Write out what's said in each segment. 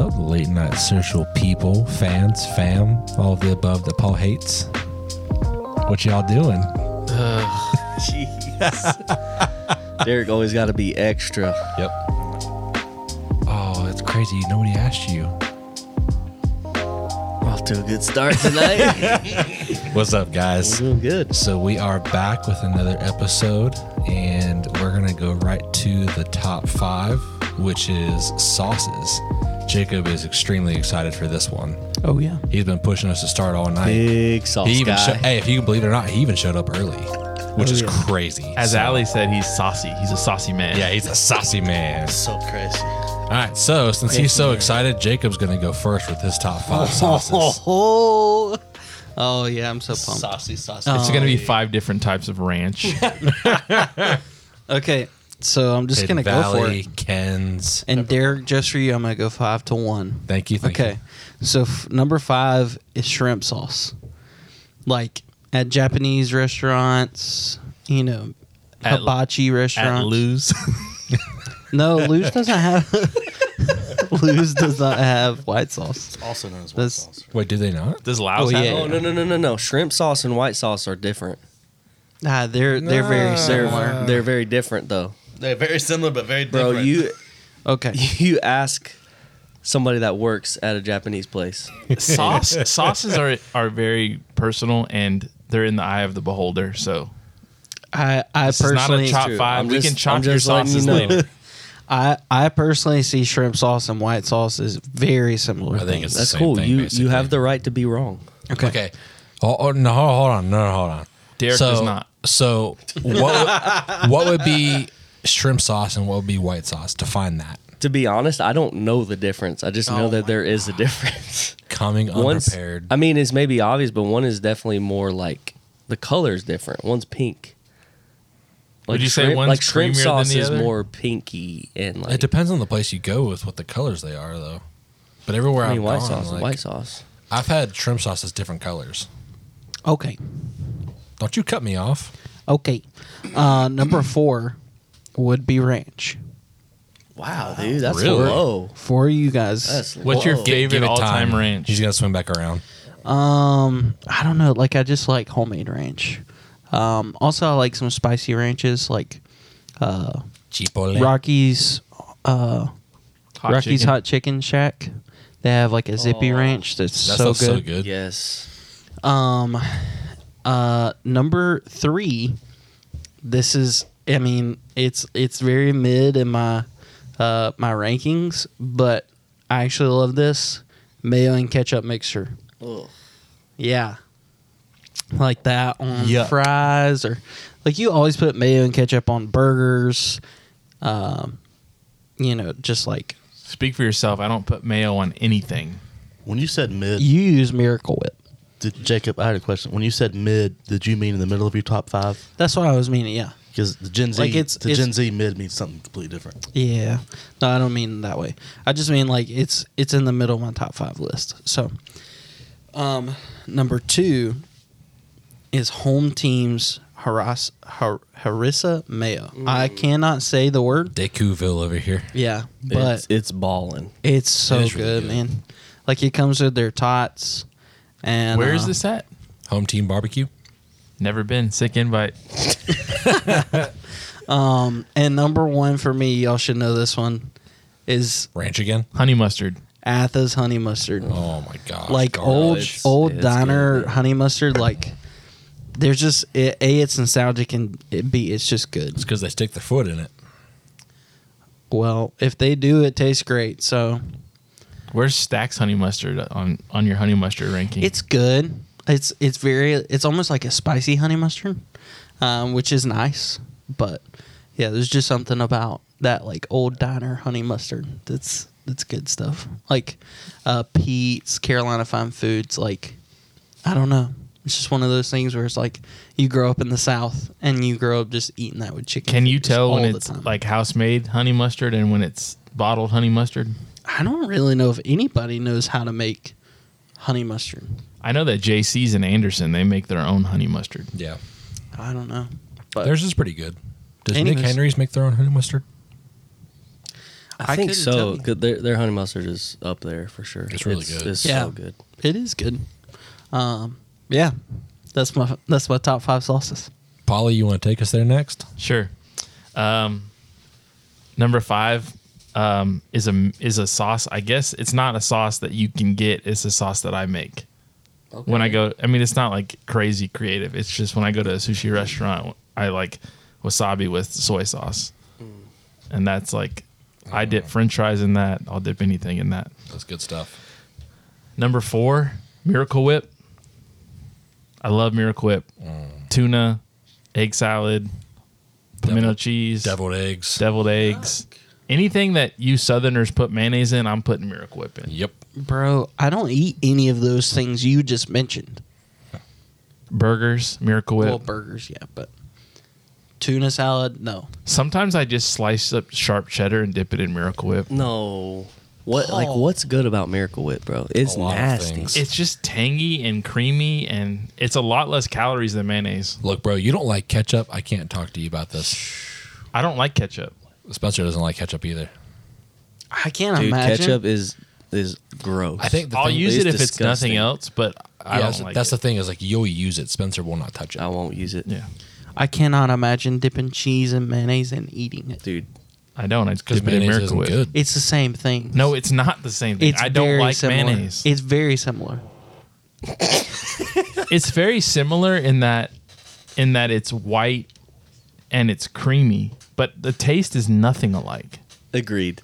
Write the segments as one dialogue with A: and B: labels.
A: not social people, fans, fam, all of the above that Paul hates. What y'all doing?
B: Jeez. Derek always got to be extra.
A: Yep. Oh, that's crazy. Nobody asked you.
B: Off to a good start tonight.
A: What's up, guys?
B: Doing good.
A: So we are back with another episode, and we're gonna go right to the top five, which is sauces. Jacob is extremely excited for this one.
C: Oh yeah.
A: He's been pushing us to start all night.
B: Big sauce
A: he even
B: guy.
A: sho- hey, if you can believe it or not, he even showed up early,
D: Oh,
A: which is crazy.
C: As
A: So-
C: Ali said, he's saucy. He's a saucy man.
A: yeah, he's a saucy man.
B: so crazy.
A: All right, so since he's so excited, Jacob's gonna go first with his top five sauces.
D: Oh, oh yeah, I'm so pumped.
B: Saucy, saucy.
C: It's gonna be five different types of ranch.
D: Okay, so I'm just
A: Hidden
D: gonna go for
A: Valley,
D: it.
A: Ken's.
D: And Derek, just for you, I'm gonna go five to one.
A: Thank you. Thank
D: okay, so f- number five is shrimp sauce. Like at Japanese restaurants, you know,
C: At-
D: hibachi
C: At
D: restaurants.
C: Lou's.
D: no, Lou's doesn't have. Lou's does not have white sauce.
E: also known as white
D: That's-
E: sauce.
A: you. Wait, do they not?
C: Does Lou's
D: Oh,
C: have it?
D: yeah.
B: Oh, no, no, no, no, no. Shrimp sauce and white sauce are different.
D: Nah, ah, they're they're very
B: They're,
D: similar.
B: they're very different, though.
E: They're very similar, but very
B: Bro,
E: different.
B: you
D: okay,
B: you ask somebody that works at a Japanese place.
C: Sauce sauces are are very personal and they're in the eye of the beholder. So
D: I I
C: it's not a
D: personally
C: top
B: true.
C: 5
B: I'm
C: Uh, we
B: just-
C: can chop
B: I'm
C: your
B: just letting you
C: sauces
B: know.
C: later.
D: I I personally see shrimp sauce and white sauce as very similar.
A: I think it's the
B: That's
A: same
B: cool.
A: thing,
B: you
A: basically.
B: you have the right to be wrong.
A: Okay. Oh, oh, no, hold hold on. No, no, hold on.
C: Derek
A: so,
C: does not.
A: So what would, what would be shrimp sauce and what would be white sauce? Define that.
B: To be honest, I don't know the difference. I just know that there is a difference.
A: Coming
B: One's,
A: unprepared.
B: I mean, it's maybe obvious, but one is definitely more like the color's different. One's pink. Like
C: Would you say
B: shrimp,
C: one's
B: like shrimp
C: creamier than
B: sauce
C: the
B: is
C: other?
B: more pinky and like
A: it depends on the place you go with what the colors they are, though. But everywhere I
B: I mean, white
A: have gone,
B: sauce. is
A: like,
B: white sauce.
A: I've had shrimp sauce that's different colors.
D: Okay.
A: Don't you cut me off.
D: Okay. Uh, number four would be ranch.
B: Wow, dude, that's
A: Really?
B: low.
D: For you guys,
B: That's
C: What's your
B: low.
C: favorite
A: Give it
C: all-time
A: time.
C: ranch?
A: He's gonna swim back around.
D: um, I don't know. Like, I just like homemade ranch. Um, also, I like some spicy ranches, like uh,
A: Chipotle.
D: Rocky's, uh,
C: Hot
D: Rocky's
C: chicken.
D: Hot Chicken Shack. They have like a zippy
B: Oh.
D: ranch that's
A: That
D: so
A: stuff's so
D: good.
A: good.
B: Yes.
D: Um, uh, number three. This is, I mean, it's it's very mid in my uh, my rankings, but I actually love this mayo and ketchup mixture.
B: Ugh.
D: Yeah, like that on
A: Yuck.
D: fries or like you always put mayo and ketchup on burgers. Um, you know, just like
C: Speak for yourself. I don't put mayo on anything.
E: when you said mid,
D: you use Miracle Whip.
E: did, Jacob, I had a question. When you said mid, did you mean in the middle of your top five?
D: That's what I was meaning. Yeah.
E: Because the Gen Z,
D: Like, it's-
E: the
D: it's-
E: Gen Z mid means something completely different.
D: Yeah. No, I don't mean that way. I just mean like it's it's in the middle of my top five list. So um number two is home teams Haras Har- Harissa Mayo. I cannot say the word.
A: Decouville over here.
D: Yeah. But
B: it's, it's balling.
D: it's so
A: it is really
D: good,
A: good.
D: man. Like it comes with their tots and
C: Where is
D: uh,
C: this at?
A: Home team barbecue.
C: Never been. Sick invite.
D: and number one for me, y'all should know this one, is
A: Ranch again.
C: Honey mustard.
D: Atha's honey mustard.
A: Oh my god.
D: like old
B: it's-
D: old
B: it's
D: diner
B: good.
D: honey mustard like there's just it, a it's nostalgic and it, b it's just good
A: It's because they stick their foot in it.
D: well if they do it tastes great so
C: Where's Stacks honey mustard on on your honey mustard ranking?
D: it's good it's it's very it's almost like a spicy honey mustard um, which is nice but yeah there's just something about that like old diner honey mustard that's that's good stuff like uh pete's carolina fine foods like I don't know. It's just one of those things where it's like you grow up in the South and you grow up just eating that with chicken.
C: Can you
D: fingers
C: tell when
D: all the
C: it's
D: time.
C: like house made honey mustard and when it's bottled honey mustard?
D: I don't really know if anybody knows how to make honey mustard.
C: I know that JC's and Anderson they make their own honey mustard.
A: Yeah.
D: I don't know.
A: Theirs is pretty good. Does
D: Anyways.
A: Nick Henry's make their own honey mustard?
B: I,
D: I
B: think
D: couldn't
B: so.
D: tell you.
B: 'cause Their, their honey mustard is up there for sure.
A: It's really good.
B: It's
D: Yeah.
B: so good.
D: It is good. Um, yeah, that's my that's my top five sauces.
A: Polly, you want to take us there next?
C: Sure. Um, number five um, is a is a sauce. I guess it's not a sauce that you can get. It's a sauce that I make. When I go, I mean, it's not like crazy creative. It's just when I go to a sushi restaurant, I like wasabi with soy sauce, and that's like I dip French fries in that. I'll dip anything in that.
A: That's good stuff.
C: Number four, Miracle Whip. I love Miracle Whip. Tuna, egg salad, pimento
A: Devil-
C: cheese,
A: Deviled eggs.
C: deviled eggs. Anything that you Southerners put mayonnaise in, I'm putting Miracle Whip in.
A: yep.
D: Bro, I don't eat any of those things you just mentioned.
C: Burgers, Miracle Whip.
D: Well, burgers, yeah, but tuna salad, no.
C: Sometimes I just slice up sharp cheddar and dip it in Miracle Whip.
B: No. What like
D: Oh.
B: what's good about Miracle Whip, bro? It's
A: A lot of
B: nasty.
A: things.
C: It's just tangy and creamy, and it's a lot less calories than mayonnaise.
A: Look, bro, you don't like ketchup. I can't talk to you about this.
C: I don't like ketchup.
A: Spencer doesn't like ketchup either.
D: I can't
B: Dude,
D: imagine.
B: ketchup is is gross.
A: I think the
C: I'll
A: thing
C: use
B: is
C: it if it's
B: disgusting.
C: nothing else, but I
A: yeah,
C: don't
A: that's,
C: like
A: that's
C: it.
A: the thing is like you'll use it. Spencer will not touch it.
B: I won't use it.
C: yeah,
D: I cannot imagine dipping cheese in mayonnaise and eating it.
B: Dude,
C: I don't. I just
A: Because
C: dip it in
A: mayonnaise
C: Miracle
A: isn't
C: Whip.
A: good.
D: It's the same thing.
C: No, it's not the same thing.
D: it's
C: I don't
D: very
C: like
D: similar.
C: mayonnaise.
D: It's very similar.
C: it's very similar in that in that it's white and it's creamy, but the taste is nothing alike.
B: agreed.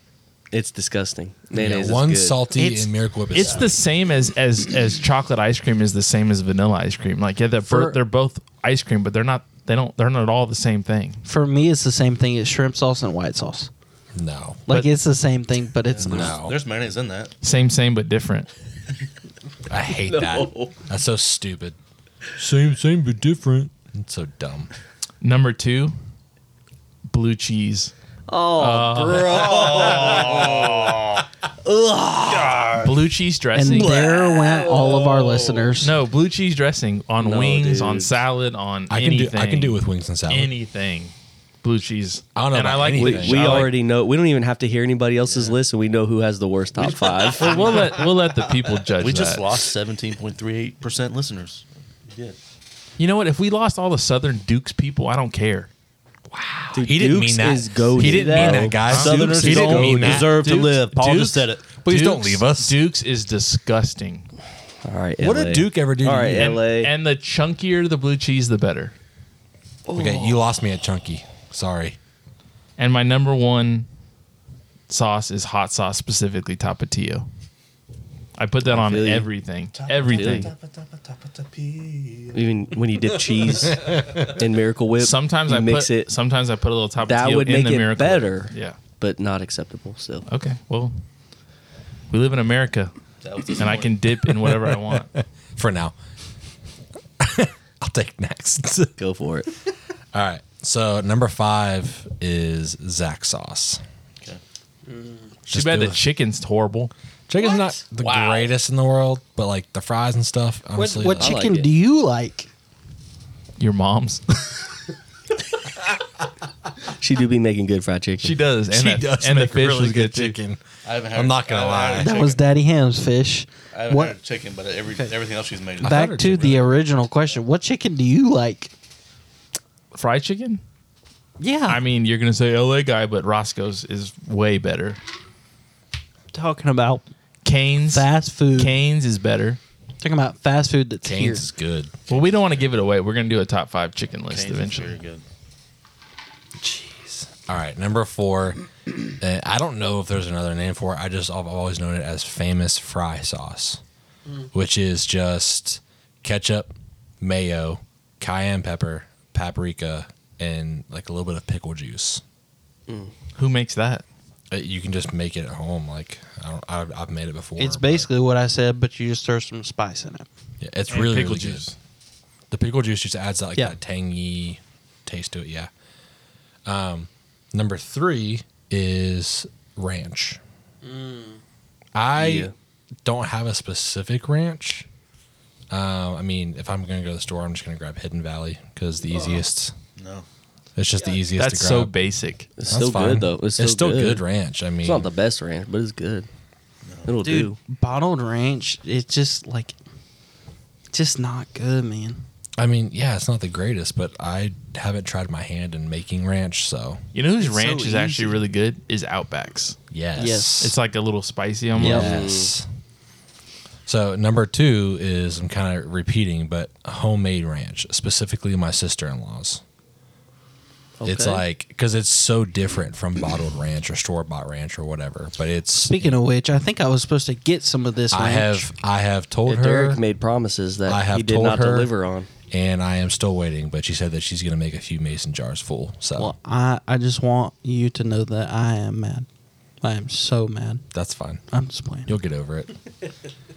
B: It's disgusting. Mayonnaise
A: yeah, one
B: is good.
A: salty
D: It's-
A: and Miracle Whip is
C: It's the same as as as chocolate ice cream is the same as vanilla ice cream. Like yeah, they're
D: For-
C: both, they're both ice cream, but they're not they don't they're not at all the same thing.
D: For me, it's the same thing as shrimp sauce and white sauce.
A: no.
D: Like
C: But-
D: it's the same thing, but it's not.
A: No.
E: There's mayonnaise in that.
C: Same same but different.
A: I hate that. That's so stupid. Same, same, but different. It's so dumb.
C: Number two, blue cheese. Uh-huh. Oh,
A: Uh,
C: bro. blue cheese
D: And
C: dressing.
D: there went all of our listeners.
C: No, blue cheese dressing on
B: No,
C: wings,
B: dude.
C: on salad, on
A: I can
C: anything.
A: do. I can do it with wings and salad.
C: anything. Blue cheese.
A: I don't know
C: And
A: about
C: I like
A: anything.
B: We,
C: blue cheese.
B: we
C: I like-
B: already know. We don't even have to hear anybody else's list, and we know who has the worst top five.
C: Well, we'll let we'll let the people judge.
E: We just
C: that.
E: lost 17.38% listeners. We did.
C: You know what? If we lost all the Southern Dukes people, I don't care.
B: Dude,
A: He didn't
B: Dukes
A: mean that.
B: is goated.
A: He didn't mean that, guys.
B: Southerners
A: Dukes is
B: is
A: goated.
B: goated.
A: mean that.
E: deserve to
C: Dukes-
E: live. Paul
C: Dukes-
E: just said it.
A: Please
C: Dukes-
A: don't leave us.
C: Dukes is disgusting.
B: All right,
A: What did
B: LA.
A: Duke ever do to
B: All right,
A: you?
B: LA.
C: And the chunkier the blue cheese, the better.
A: Okay, you lost me at chunky. Sorry.
C: And my number one sauce is hot sauce, specifically Tapatio. I put that on
B: feel you.
C: everything. Everything.
B: even when you dip cheese in Miracle Whip,
C: Sometimes
B: you
C: I
B: mix
C: put,
B: it,
C: Sometimes I put a little Tapatio
B: That would
C: in
B: make
C: the
B: it
C: miracle. Whip.
B: better.
C: Yeah.
B: but not acceptable still.
C: Okay. Well, we live in America, and I can dip in whatever I want.
A: For now. I'll take next.
B: Go for it.
A: All right. So number five is Zach sauce.
E: Okay.
C: Too
A: Just
C: bad
A: do
C: the
A: it.
C: chicken's horrible.
A: Chicken's not the
C: Wow.
A: greatest in the world, but like the fries and stuff.
D: What,
A: Honestly,
D: what
A: like-
B: I like
D: chicken
B: it.
D: do you like?
C: Your mom's.
B: She do be making good fried chicken.
C: she does. And
A: she
C: the,
A: does
C: and
A: make
C: the fish
A: really
C: was
A: good
C: too.
A: chicken.
E: I haven't
A: I'm not gonna
E: I haven't
A: lie.
E: had
D: That
E: chicken.
D: was Daddy Ham's fish.
E: I haven't
D: What?
E: had chicken, but every, everything else she's made. is-
A: heard
D: Back
A: it too,
D: to the original question. What chicken do you like?
C: Fried chicken?
D: Yeah,
C: I mean, you're gonna say LA guy, but Roscoe's is way better.
D: talking about
C: Canes.
D: fast food.
C: Canes is better.
D: Talking about fast food that's
A: Canes is good.
C: Well, we don't want to give it away. We're gonna do a top five chicken list
E: Cane's is
C: eventually.
E: very good.
A: All right, number four. Uh, I don't know if there's another name for it. I just I've always known it as famous fry sauce, which is just ketchup, mayo, cayenne pepper, paprika, and like a little bit of pickle juice.
C: Who makes that?
A: Uh, You can just make it at home. Like I don't, I've, I've made it before.
D: It's
A: but-
D: basically what I said, but you just throw some spice in it.
A: yeah, it's
C: And
A: really
C: pickle
A: really good.
C: juice.
A: The pickle juice just adds that like
D: Yeah.
A: that tangy taste to it. Yeah. Um, number three is ranch. I
B: Mm. Yeah.
A: don't have a specific ranch. Uh,
B: Uh-huh.
A: Um, I mean, if I'm gonna go to the store, I'm just gonna grab Hidden Valley because the easiest.
E: No.
A: It's just the easiest
C: That's
A: to grab.
C: so basic.
B: It's
A: That's
B: still
A: fine.
B: good though. It's still,
A: good.
B: good.
A: ranch. I mean,
B: It's not the best ranch, but it's good. It'll
D: Dude,
B: do.
D: bottled ranch, it's just like, just not good, man.
A: I mean, yeah, it's not the greatest, but I haven't tried my hand in making ranch, so
C: You know whose
D: It's
C: ranch
D: so
C: is actually
D: easy.
C: really good is Outbacks.
A: yes,
D: Yes.
C: It's like a little spicy almost.
A: yes. So number two is I'm kind of repeating, but homemade ranch, specifically my sister-in-law's. It's
B: Okay.
A: like because it's so different from bottled ranch or store-bought ranch or whatever, but it's.
D: Speaking of which, I think I was supposed to get some of this.
A: I
D: ranch.
A: have I have told
B: Yeah,
A: her
B: Derek made promises that
A: I have
B: he did
A: told
B: not
A: her-
B: deliver on.
A: and I am still waiting, but she said that she's going to make a few mason jars full. So
D: Well, I, I just want you to know that I am mad. I am so mad.
A: that's fine.
D: I'm just playing.
A: You'll get over it.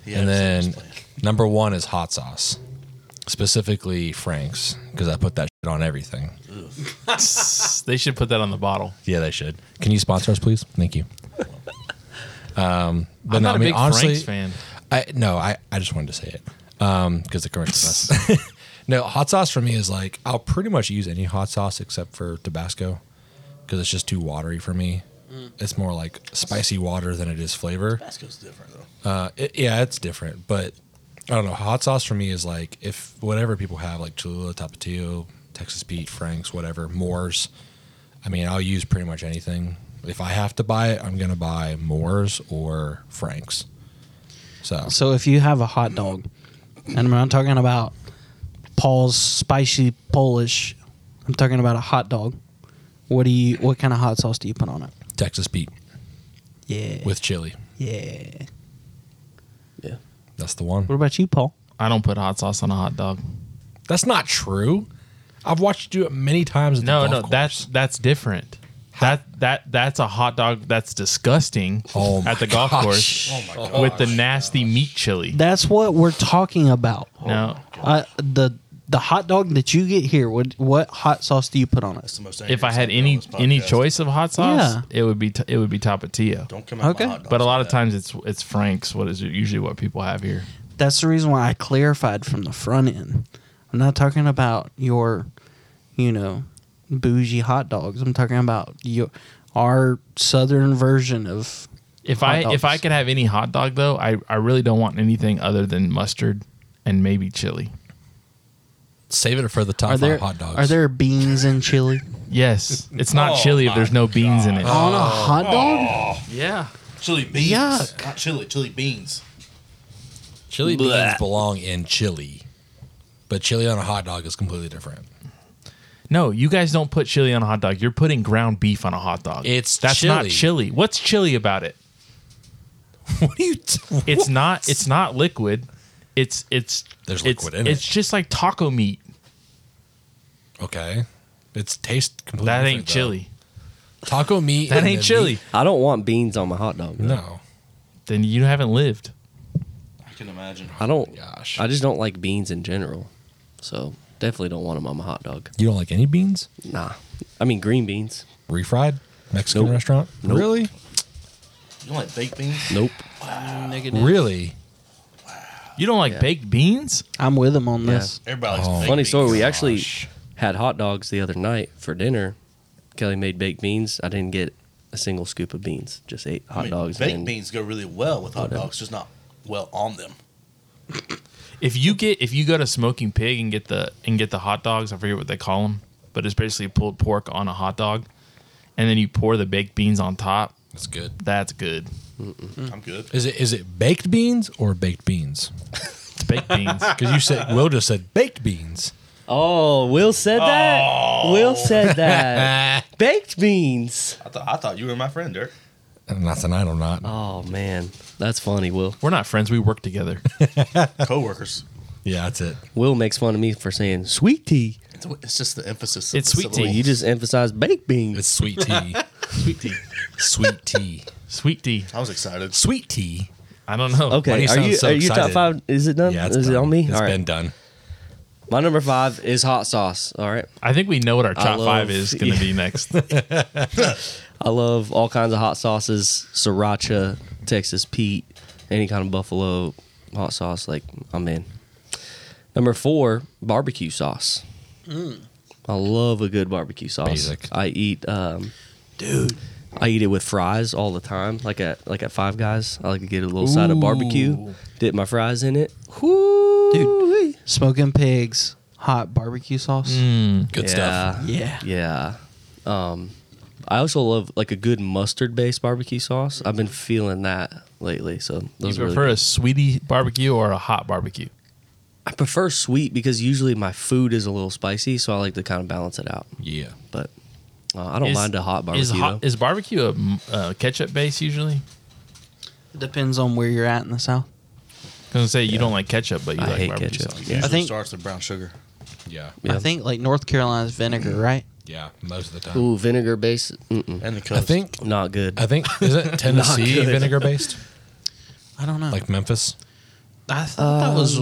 E: Yeah,
A: and
E: it's-
A: then number one is hot sauce, specifically Frank's, because I put that shit on everything.
C: they should put that on the bottle.
A: Yeah, they should. Can you sponsor us, please? Thank you. Um, but
C: I'm
A: no,
C: not
A: I mean,
C: a big
A: honestly,
C: Frank's fan.
A: I no, I, I just wanted to say it um, because the commercial. no, hot sauce for me is like I'll pretty much use any hot sauce except for Tabasco because it's just too watery for me. It's more like spicy water than it is flavor.
E: Tabasco's different though.
A: Uh, it, yeah, it's different, but I don't know. Hot sauce for me is like if whatever people have, like Cholula, Tapatio, Texas Pete, Frank's, whatever, Moore's. I mean, I'll use pretty much anything. If I have to buy it, I'm gonna buy Moore's or Frank's. So,
D: So if you have a hot dog, and I'm not talking about Paul's spicy Polish, I'm talking about a hot dog. What do you? What kind of hot sauce do you put on it?
A: Texas Pete
D: Yeah.
A: with chili.
D: yeah.
B: Yeah.
A: That's the one.
D: What about you, Paul?
C: I don't put hot sauce on a hot dog.
A: That's not true. I've watched you do it many times. At
C: No,
A: the
C: no,
A: golf course.
C: that's that's different. That that that's a hot dog that's disgusting
A: Oh my
C: at the golf
A: gosh. Oh
C: course with the nasty meat chili.
D: That's what we're talking about.
A: Oh.
C: Now,
D: Uh, the the hot dog that you get here. What what hot sauce do you put on
E: That's
D: it?
E: the most.
C: if I had any
E: angriest
C: any
E: podcast.
C: choice of hot sauce,
D: Yeah.
C: it would be t- it would be Tapatio.
E: don't come out.
D: Okay.
E: my hot dogs
C: But a lot
E: like
C: of
E: that.
C: times it's it's Frank's. What is it, usually what people have here?
D: That's the reason why I clarified from the front end. I'm not talking about your, you know, bougie hot dogs. I'm talking about your our southern version of
C: If
D: Hot
C: I
D: dogs.
C: if I could have any hot dog though, I I really don't want anything other than mustard and maybe chili.
A: Save it for the top
D: are
A: five
D: there
A: hot dogs.
D: are there beans and chili
C: Yes, it's not
A: Oh
C: chili if there's no beans in it.
D: on a hot dog?
C: Yeah.
E: chili beans,
D: Yuck.
E: not chili, chili beans.
A: chili
B: Blah.
A: beans belong in chili, but chili on a hot dog is completely different.
C: No, you guys don't put chili on a hot dog. You're putting ground beef on a hot dog.
A: It's
C: that's not
A: chili.
C: chili. What's chili about it?
A: What are you? T-
C: It's not. It's not liquid. It's it's
A: There's
C: it's,
A: liquid in
C: it's
A: it.
C: just like taco meat.
A: okay. It's taste completely.
C: That
A: different,
C: ain't
A: though.
C: chili.
A: Taco meat.
C: That
A: and
C: ain't
A: the
C: chili.
A: meat-
B: I don't want beans on my hot dog. though.
A: No.
C: Then you haven't lived.
E: I can imagine.
B: I don't.
A: Gosh.
B: I just don't like beans in general. So definitely don't want them on my hot dog.
A: you don't like any beans?
B: Nah. I mean green beans.
A: Refried Mexican
B: Nope.
A: restaurant.
B: Nope.
A: Really?
E: You don't like baked beans?
B: Nope.
A: Really?
C: You don't like
B: Yeah.
C: baked beans?
D: I'm with him on this.
E: Everybody likes
A: Oh.
E: baked
B: Funny
E: beans.
B: story. We actually
A: Gosh.
B: had hot dogs the other night for dinner. Kelly made baked beans. I didn't get a single scoop of beans. Just ate hot
E: I mean,
B: dogs.
E: Baked
B: and
E: beans go really well with hot
B: Whatever.
E: dogs, just not well on them.
C: If you get if you go to Smoking Pig and get the and get the hot dogs, I forget what they call them, but it's basically pulled pork on a hot dog, and then you pour the baked beans on top.
A: That's good.
C: That's good.
E: I'm good.
A: Is it is it baked beans or baked beans?
C: It's baked beans.
A: Because you said Will just said baked beans.
B: Oh, Will said that. Will said
C: Ah.
B: that. baked beans.
E: I thought I thought you were my friend, Dirk.
A: Not tonight. I'm not.
B: Oh man, that's funny. Will
C: We're not friends. We work together.
E: Coworkers.
A: Yeah, that's it.
B: Will makes fun of me for saying sweet tea.
E: It's, it's just the emphasis.
C: It's
E: of the
C: sweet
E: syllable.
C: tea.
B: You just emphasize baked beans.
A: It's sweet tea.
C: Sweet tea.
A: sweet tea.
C: Sweet tea.
E: I was excited.
A: Sweet tea.
C: I don't know.
A: Why do
B: Okay,
A: you
B: are
A: sound
B: you
A: so
B: are you top
A: excited?
B: five? Is it done?
A: Yeah, it's
B: Um, is it
A: done.
B: on me?
A: It's
B: All right.
A: been done.
B: My number five is hot sauce. All right.
C: I think we know what our
B: I
C: top
B: love-
C: five is going to be next.
B: I love all kinds of hot sauces, sriracha, Texas Pete, any kind of buffalo hot sauce. Like I'm in. Number four, barbecue sauce. I love a good barbecue sauce.
A: Basic.
B: I eat, um, dude. I eat it with fries all the time, like at like at Five Guys. I like to get a little side of barbecue,
C: Ooh.
B: dip my fries in it.
D: Dude. Smoking pigs, hot barbecue sauce.
C: Mm.
A: Good
B: yeah,
A: stuff.
D: Yeah.
B: yeah. Um, I also love like a good mustard-based barbecue sauce. I've been feeling that lately, so
C: You
B: those are really
C: prefer a sweetie barbecue or a hot barbecue?
B: I prefer sweet because usually my food is a little spicy, so I like to kind of balance it out.
A: Yeah.
B: But uh, I don't
C: Is-
B: mind a hot barbecue.
C: Is, hot,
B: though.
C: is barbecue a mm, uh, ketchup base usually?
D: Depends on where you're at in the South.
C: Because say you don't like ketchup, but you
B: I
C: like
B: hate
C: barbecue
B: ketchup.
C: sauce.
B: Yeah.
D: I think-
E: starts with brown sugar.
A: Yeah.
B: Yeah.
D: I think like North Carolina's vinegar, right?
A: Yeah. Most of the time.
B: Ooh, vinegar based, mm-mm,
E: And the coast.
A: I think.
B: not good.
A: I think isn't Tennessee
B: good.
A: vinegar based
D: I don't know.
A: like Memphis?
D: I th- thought that was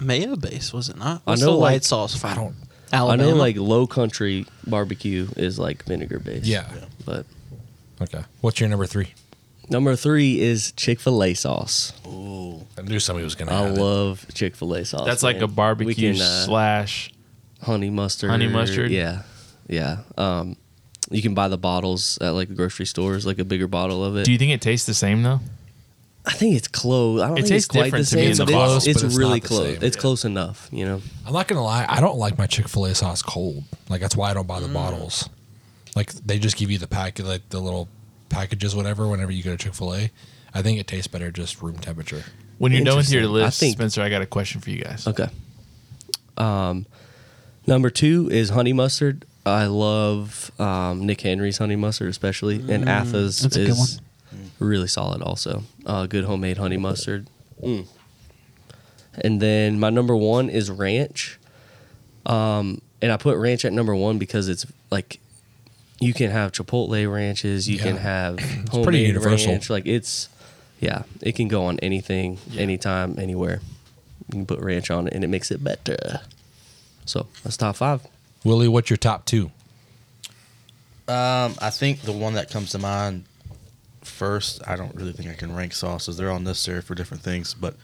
D: mayo based, was it not?
B: I
D: What's
B: know,
D: the
B: like-
D: white sauce. From?
A: I don't.
B: I
D: Alabama.
B: know like low country barbecue is like vinegar based.
A: Yeah.
B: But
A: Okay. What's your number three?
B: number three is Chick fil A sauce.
E: Ooh.
A: I knew somebody was gonna.
B: I
A: have it.
B: love Chick fil A sauce.
C: That's like
B: man.
C: a
B: We
C: barbecue
B: can, uh,
C: slash.
B: honey mustard.
C: Honey mustard?
B: Yeah. Yeah. Um, you can buy the bottles at like the grocery stores, like a bigger bottle of it.
C: Do you think it tastes the same though?
B: I think it's close. I don't
C: It
B: think it's
C: tastes
B: quite the
C: different to me
B: same.
C: in the
B: but it's-
A: bottle,
B: it's,
A: but it's
B: really
A: not the
B: close.
A: same.
B: It's close enough, you know.
A: I'm not gonna lie. I don't like my Chick Fil A sauce cold. Like that's why I don't buy
B: Mm.
A: the bottles. Like they just give you the packet, like the little packages, whatever. Whenever you go to Chick Fil A, I think it tastes better just room temperature.
C: When you're done with your
B: Interesting. I
C: list,
B: think-
C: Spencer, I got a question for you guys.
B: Okay. Um, number two is honey mustard. I love um, Nick Henry's honey mustard, especially, and Atha's
D: Mm, that's a good
B: is really solid. Also, uh, good homemade honey mustard. Mm. And then my number one is ranch. Um, and I put ranch at number one because it's like you can have Chipotle ranches, you
A: Yeah.
B: can have homemade
A: universal.
B: ranch. Like it's, yeah, it can go on anything, anytime, anywhere. You can put ranch on it, and it makes it better. So that's top five.
A: Willie, what's your top two?
E: Um, I think the one that comes to mind first, I don't really think I can rank sauces. They're all necessary for different things, but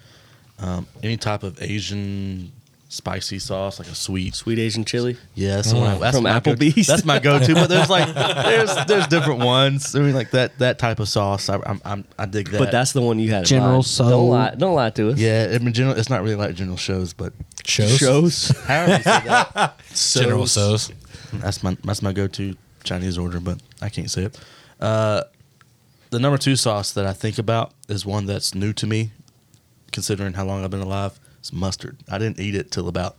E: um, any type of Asian spicy sauce, like a sweet.
B: Sweet Asian chili.
E: Yeah, that's, the one I-
A: Mm.
E: that's
B: From
E: my go-
B: Applebee's?
E: that's my go-to. But there's like there's there's different ones. I mean, like that that type of sauce. I I'm, I'm, I dig that.
B: But that's the one you had. in
D: General
B: mind. Don't
D: Soul.
B: lie. Don't lie to us.
E: yeah. I mean, general. It's not really like general shows, but
A: Shows.
B: Shows.
E: however you say that,
A: General
E: Shows.
A: So's.
E: That's my that's my go-to Chinese order, but I can't say it. Uh, the number two sauce that I think about is one that's new to me, considering how long I've been alive. It's mustard. I didn't eat it till about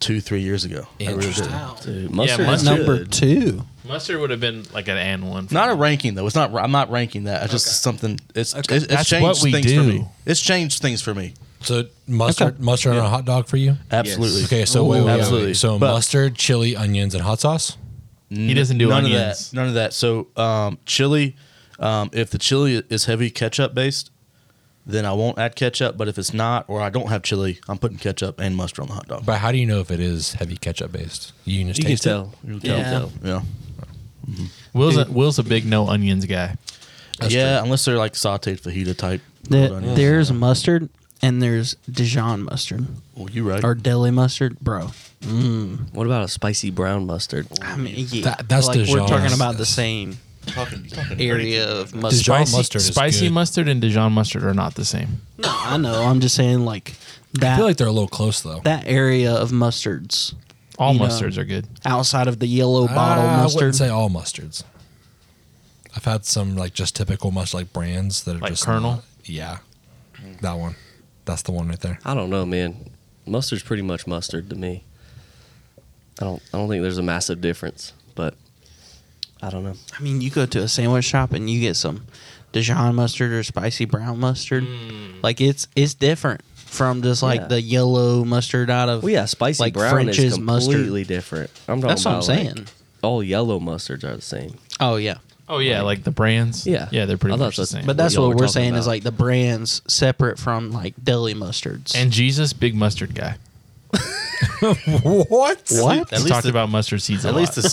E: two three years ago. I really
A: Interesting.
E: didn't.
B: Dude, mustard is
C: mustard.
D: number
B: good.
D: two.
C: Mustard would have been like an and one. for
E: Not a
C: me.
E: ranking though. It's not. I'm not ranking that. It's just something. It's it's, it's
C: That's
E: changed
C: what we
E: things for
C: do.
E: me. It's changed things for me.
A: So mustard, mustard on a hot dog for you?
E: Absolutely.
A: Okay, so wait, wait, wait,
E: Absolutely.
A: So
E: But-
A: mustard, chili, onions, and hot sauce.
C: He doesn't do
E: none
C: onions.
E: of that. None of that. So um, chili, um, if the chili is heavy ketchup based, then I won't add ketchup. But if it's not, or I don't have chili, I'm putting ketchup and mustard on the hot dog.
A: But how do you know if it is heavy ketchup based? You can just
B: You can
A: taste it?
B: tell. You can
D: Yeah.
B: tell.
E: Yeah,
C: Will's a, Will's a big no onions guy.
A: That's
E: yeah. Unless they're like sautéed fajita type.
D: The-
E: grilled onions.
D: there's mustard and there's Dijon mustard
E: Well, you right.
D: or deli mustard, bro.
B: What about a spicy brown mustard?
D: I mean, yeah.
A: That- that's
D: like we're
A: Dijon.
D: talking about the same
E: talking, talking
D: area of mustard.
A: Dijon
C: Spicy,
A: mustard is
C: spicy
A: good.
C: mustard and Dijon mustard are not the same.
D: No, I know. I'm just saying like
A: I
D: that
A: feel like they're a little close though.
D: that area of mustards
C: All
D: You know.
C: mustards are good.
D: outside of the yellow bottle
A: Uh, I
D: mustard.
A: wouldn't say all mustards. I've had some like just typical mustard like brands that are
C: Like
A: just
C: Colonel?
A: not- yeah, that one. That's the one right there.
B: I don't know, man. Mustard's pretty much mustard to me. I don't. I don't think there's a massive difference, but I don't know.
D: I mean, you go to a sandwich shop and you get some Dijon mustard or spicy brown mustard.
E: Mm.
D: Like it's it's different from just like
B: Yeah.
D: the yellow mustard out of
B: Well, yeah, spicy
D: like
B: brown is
D: French's
B: completely
D: mustard.
B: different. I'm talking
D: That's what I'm
B: about, like,
D: saying.
B: all yellow mustards are the same.
D: oh yeah,
C: Oh yeah, like, the brands.
B: Yeah.
C: yeah, they're pretty
B: I thought
C: much the
B: that's-
C: same.
D: but that's
B: y'all
D: what,
B: were
D: we're
B: talking
D: saying
B: about.
D: is like the brands separate from like deli mustards.
C: and Jesus, big mustard guy.
A: what?
D: what?
E: At
C: He
E: least
C: talked
E: the-
C: about mustard seeds.
E: At
C: a
E: least
C: lot.
E: the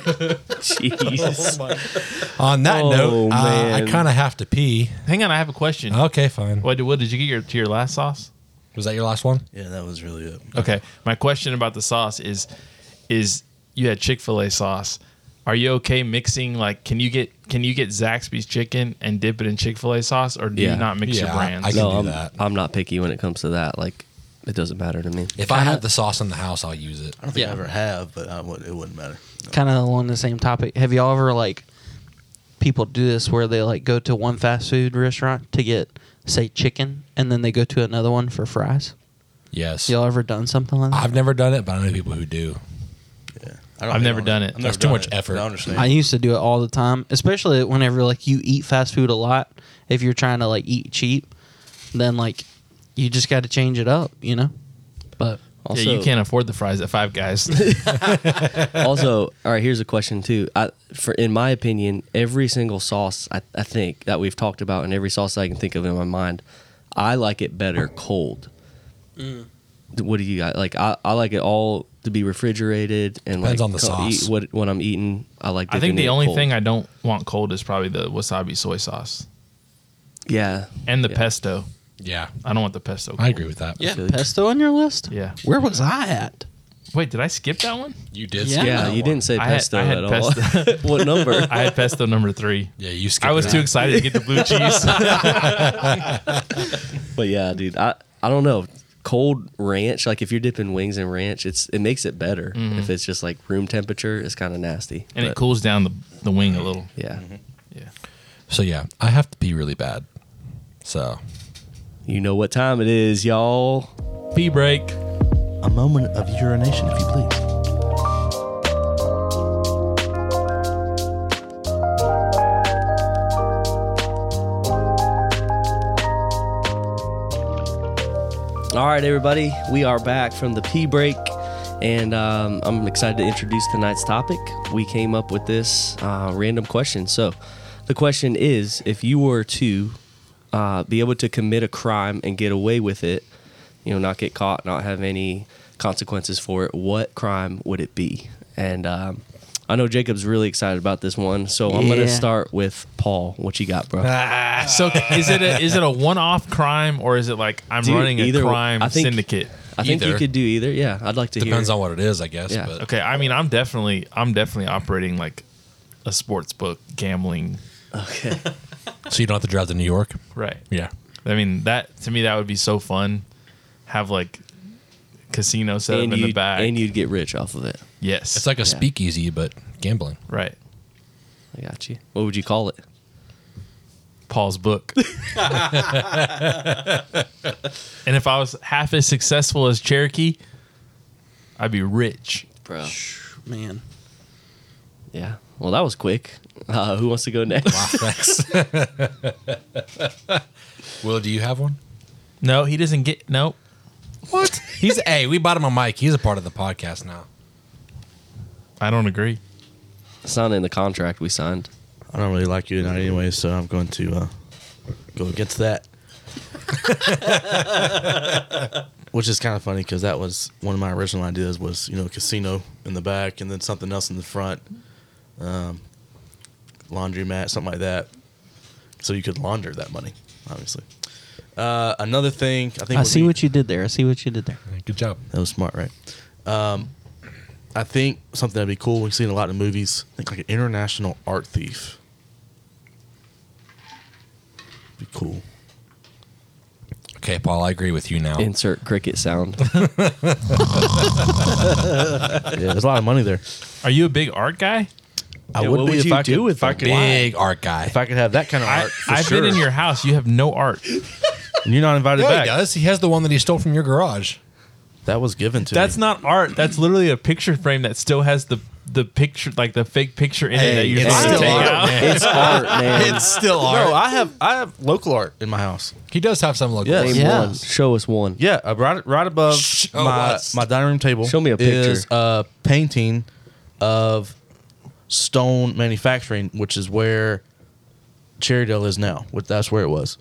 E: seeds.
B: Jeez.
A: On that
B: Oh,
A: note, uh, I
B: man.
A: kind of have to pee.
C: Hang on, I have a question.
A: Okay, fine.
C: What, what did you get your, to your last sauce?
A: Was that your last one?
E: Yeah, that was really it.
C: Okay. My question about the sauce is is you had Chick-fil-A sauce. Are you okay mixing like can you get can you get Zaxby's chicken and dip it in Chick-fil-A sauce or do
A: Yeah.
C: you not mix
A: Yeah,
C: your
A: I-
C: brands?
A: I can
B: no,
A: do
B: I'm,
A: that.
B: I'm not picky when it comes to that. Like, it doesn't matter to me.
A: If I have the sauce in the house, I'll use it.
E: I don't think
D: Yeah.
E: I ever have, but I would, it wouldn't matter.
D: Kind of along the same topic. Have y'all ever like people do this where they like go to one fast food restaurant to get say chicken and then they go to another one for fries?
A: Yes.
D: Y'all ever done something like that?
A: I've never done it, but I know people who do.
E: Yeah, I don't
C: I've
E: hate
C: never
E: on
C: done it.
E: I've
A: That's
E: never
A: too
E: done
A: much
E: it.
A: effort.
E: I understand.
D: I used to do it all the time, especially whenever like you eat fast food a lot. If you're trying to like eat cheap, then like you just got to change it up, you know. But
B: Also,
C: yeah, you can't afford the fries at Five Guys.
B: also, all right. Here's a question too. I, for in my opinion, every single sauce I, I think that we've talked about, and every sauce I can think of in my mind, I like it better cold. What do you got? Like, I, I like it all to be refrigerated and
A: Depends
B: like
A: on the
B: co-
A: sauce.
B: Eat what when I'm eating, I like.
C: I think
B: dipping
C: the
B: it
C: only
B: cold.
C: thing I don't want cold is probably the wasabi soy sauce
B: yeah,
C: and the
B: Yeah.
C: pesto.
A: Yeah.
C: I don't want the pesto.
A: I
C: cold.
A: agree with that.
B: feel you.
D: pesto on your list?
C: Yeah.
D: Where was I at?
C: Wait, did I skip that one?
A: You did.
D: Yeah.
A: skip
B: yeah.
A: that
B: You
A: one.
B: didn't say
C: I had-
B: pesto
C: I had
B: at
C: pesto.
B: all. what number?
C: I had pesto number three.
A: Yeah, you skipped.
C: I was
A: that.
C: too excited to get the blue cheese.
B: But yeah, dude, I I don't know. Cold ranch, like if you're dipping wings in ranch, it's it makes it better. If it's just like room temperature, it's kind of nasty.
C: Mm-hmm. and it
B: But,
C: cools down the, the wing a little.
B: Yeah,
C: Yeah.
A: So yeah, I have to pee really bad. So
B: you know what time it is, y'all.
C: Pee break.
E: A moment of urination, if you please.
B: All right, everybody, we are back from the pee break, and um, I'm excited to introduce tonight's topic. We came up with this uh, random question. So, the question is if you were to uh, be able to commit a crime and get away with it, you know, not get caught, not have any consequences for it, what crime would it be? And um, I know Jacob's really excited about this one, so I'm going
D: Yeah.
B: to start with Paul. What you got, bro?
A: Ah,
C: So is it a, is it a one off crime or is it like I'm
B: Uh, Dude,
C: running a
B: either-
C: crime
B: I think-
C: syndicate?
B: I think you
A: either.
B: could do either. Yeah, I'd like to
A: depends
B: hear.
A: on what it is, I guess.
B: Yeah.
A: But
C: Okay, I mean I'm definitely I'm definitely operating like a sports book gambling.
B: okay.
A: so you don't have to drive to New York.
C: Right.
A: Yeah.
C: I mean that to me that would be so fun. Have like casino set up in
B: you'd,
C: the back.
B: and you'd get rich off of it.
C: yes.
A: It's like a
B: Yeah.
A: speakeasy, but gambling.
C: right.
B: I got you. What would you call it?
C: Paul's book. and if I was half as successful as Cherokee, I'd be rich.
B: Bro.
D: Man,
B: Yeah. Well, that was quick. Uh, who wants to go next?
A: Thanks. Will, do you have one?
C: No, he doesn't get no.
A: What? He's hey, we bought him a mic. He's a part of the podcast now.
C: I don't agree.
B: It's not in the contract we signed.
E: I don't really like you tonight anyway, so I'm going to uh, go against that. Which is kind of funny because that was one of my original ideas was you know casino in the back and then something else in the front, um, laundromat something like that, so you could launder that money. Obviously, uh, another thing I think
D: I
E: would
D: see
E: be-
D: what you did there. I see what you did there.
A: Good job.
E: that was smart, right? Um, I think something that'd be cool. We've seen a lot in movies. I think like an international art thief. Be cool.
A: Okay, Paul, I agree with you
B: Oh.
A: now.
B: Insert cricket sound.
E: Yeah, there's a lot of money there.
C: Are you a big art guy?
E: I
B: Yeah, what
E: be
B: would
E: if
B: you
E: I
B: do
E: could,
B: with
E: if I
B: them?
E: could,
A: Big art guy.
E: if I could have that kind of
C: I,
E: art. for
C: I've
E: sure.
C: been in your house. You have no art.
E: And you're not invited
A: No,
E: back.
A: he does. He has the one that he stole from your garage.
E: That was given to
C: That's
E: me.
C: not art. That's literally a picture frame that still has the the picture, like the fake picture in it
A: Hey,
C: that you're
A: it's
C: trying to
A: still
C: take
A: art,
C: out.
A: man.
B: it's art, man.
A: still
E: No, I have I have local art in my house.
A: He does have some local.
E: Yes.
B: Name
D: Yeah.
B: one. Show us one.
E: Yeah, uh, right, right above
A: Show
E: my
A: us.
E: my dining room table.
B: Show me a picture.
E: Is a painting of stone manufacturing, which is where Cherrydale is now. Which that's where it was,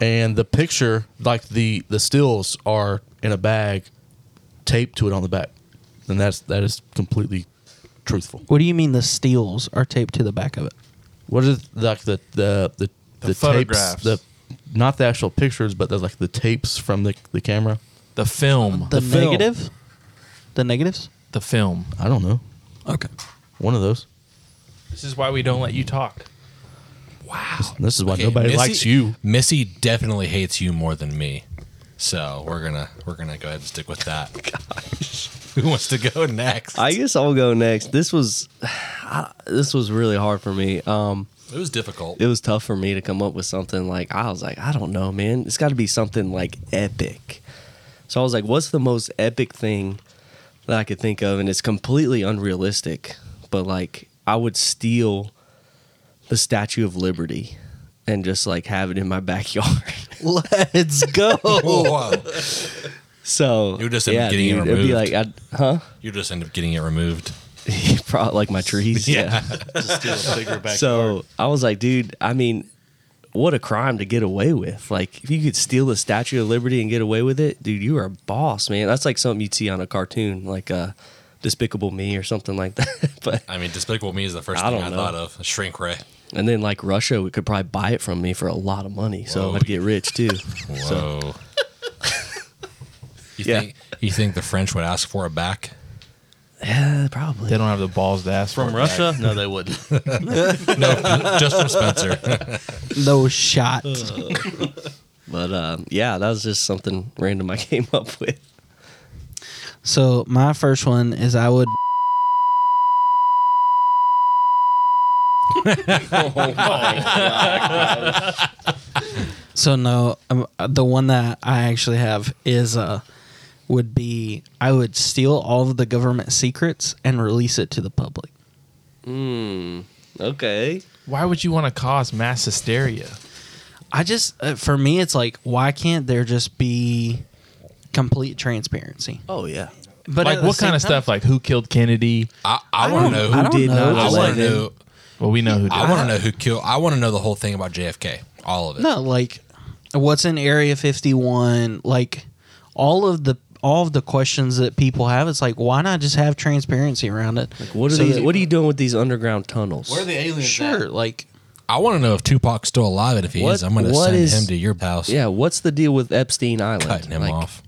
E: and the picture, like the the stills, are in a bag, taped to it on the back, and that's that is completely truthful.
D: What do you mean the steals are taped to the back of it?
E: What is like the the the,
C: The
E: tapes,
C: photographs.
E: the not the actual pictures, but there's like the tapes from the the camera.
C: The film.
D: The,
E: The film.
D: negative? The negatives?
C: The film.
E: I don't know.
D: Okay.
E: One of those.
C: This is why we don't let you talk.
E: This is why nobody
A: Missy-
E: likes you.
A: Missy definitely hates you more than me. So we're gonna we're gonna go ahead and stick with that. Who wants to go next?
B: I guess I'll go next. This was this was really hard for me. Um,
A: it was difficult.
B: it was tough for me to come up with something like I was like, I don't know, man. It's got to be something like epic. So I was like, what's the most epic thing that I could think of? And it's completely unrealistic, but like I would steal the Statue of Liberty and just like have it in my backyard.
D: Let's go.
A: Whoa.
B: so
A: You'd just end up getting it
B: dude, it'd be
A: removed.
B: like, I'd, huh?
A: You just end up getting it removed.
B: Probably like my trees. yeah. So I was like, dude, I mean, what a crime to get away with. Like, if you could steal the Statue of Liberty and get away with it, dude, you are a boss, man. That's like something you'd see on a cartoon, like uh, Despicable Me or something like that. but
A: I mean, Despicable Me is the first
B: I
A: thing
B: don't
A: I
B: know.
A: thought of. Shrink Ray.
B: and then like Russia, we could probably buy it from me for a lot of money, so
A: Whoa.
B: I'd get rich too. so
A: Whoa. you
B: Yeah.
A: think you think the French would ask for it back?
B: yeah, probably.
C: They don't have the balls to ask for it back.
E: No, they wouldn't.
A: No, just from Spencer.
D: no shot.
B: But um, yeah, that was just something random I came up with.
D: So my first one is I would So no, um, the one that I actually have is uh would be I would steal all of the government secrets and release it to the public.
B: Mm, okay.
C: Why would you want to cause mass hysteria?
D: I just uh, for me it's like why can't there just be complete transparency?
B: Oh yeah.
D: But
C: like
D: at the
C: what
D: same
C: kind of
D: time-
C: stuff? Like who killed Kennedy?
A: I, I, want to know
D: I
A: who
D: don't
A: did.
B: did
D: know.
B: not
A: I want
B: elect
A: to
B: him?
A: know.
C: Well, we know who did.
A: I want
C: it.
A: to know who killed. I want to know the whole thing about JFK. All of it.
D: No, like what's in Area 51? Like all of the all of the questions that people have, it's like why not just have transparency around it? Like
B: What are these, What are you doing with these underground tunnels?
F: Where are the aliens?
D: Sure,
F: At?
D: like
A: I want to know if Tupac's still alive, and if he
B: What-
A: is, I'm going to
B: what
A: send
B: is-
A: him to your house.
B: Yeah, what's the deal with Epstein Island?
A: cutting him
B: Like,
A: off.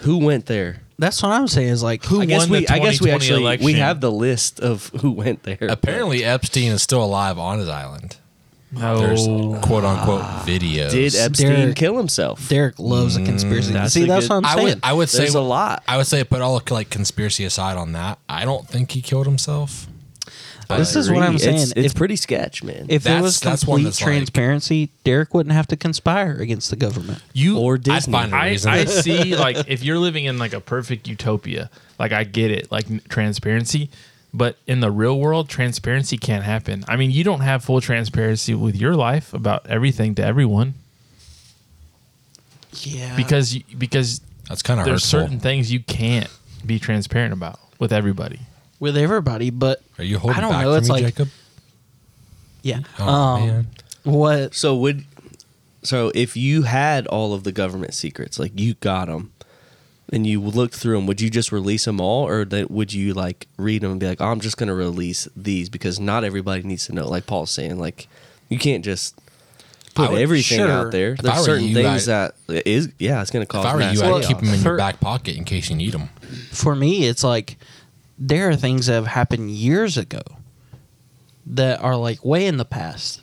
B: Who went there?
D: that's what I'm saying is like
C: Who
D: who
B: I guess
C: won
B: we.
C: the
B: I guess we
C: 2020
B: actually we
C: election?
B: have the list of who went there.
A: Apparently, Epstein is still alive on his island.
C: No.
A: There's quote unquote videos.
B: Oh. did Epstein
D: Derek-
B: kill himself?
D: Derek loves a conspiracy.
B: that's
D: See,
B: a
D: that's
B: good-
D: what I'm
A: I
D: saying.
A: would I would say
B: There's a lot.
A: I would say put all like conspiracy aside on that. I don't think he killed himself.
D: this is what
B: Agree.
D: I'm saying.
B: It's, it's
D: if
B: pretty sketch, man.
D: if there
A: That's-
D: was
A: that's one
D: complete
A: that's like-
D: transparency, Derek wouldn't have to conspire against the government.
C: you
B: or
A: I'd
B: Disney.
A: find a
C: I,
A: reason.
C: I see like if you're living in like a perfect utopia, like I get it, like n- transparency, but in the real world, transparency can't happen. I mean, you don't have full transparency with your life about everything to everyone
D: Yeah,
C: because you, because
A: That's kind of
C: there's
A: hurtful.
C: certain things you can't be transparent about with everybody.
D: with everybody, but
A: Are you holding
D: I don't
A: back
D: know,
A: for
D: it's
A: me,
D: like-
A: Jacob?
D: yeah.
A: Oh,
D: um,
A: man.
D: What?
B: so would so if you had all of the government secrets, like you got them, and you looked through them, would you just release them all, or that would you like read them and be like, "Oh, I'm just gonna release these because not everybody needs to know. Like Paul's saying, like you can't just. Put
A: I would-
B: everything
D: sure.
B: out there.
A: If I
B: There's
A: were
B: certain
A: you,
B: things
A: I'd-
B: that is yeah, it's gonna
A: If
B: cause.
A: I were
B: mass
A: you, I'd keep
B: chaos.
A: them in your
D: For-
A: back pocket in case you need them.
D: for me, it's like there are things that have happened years ago that are like way in the past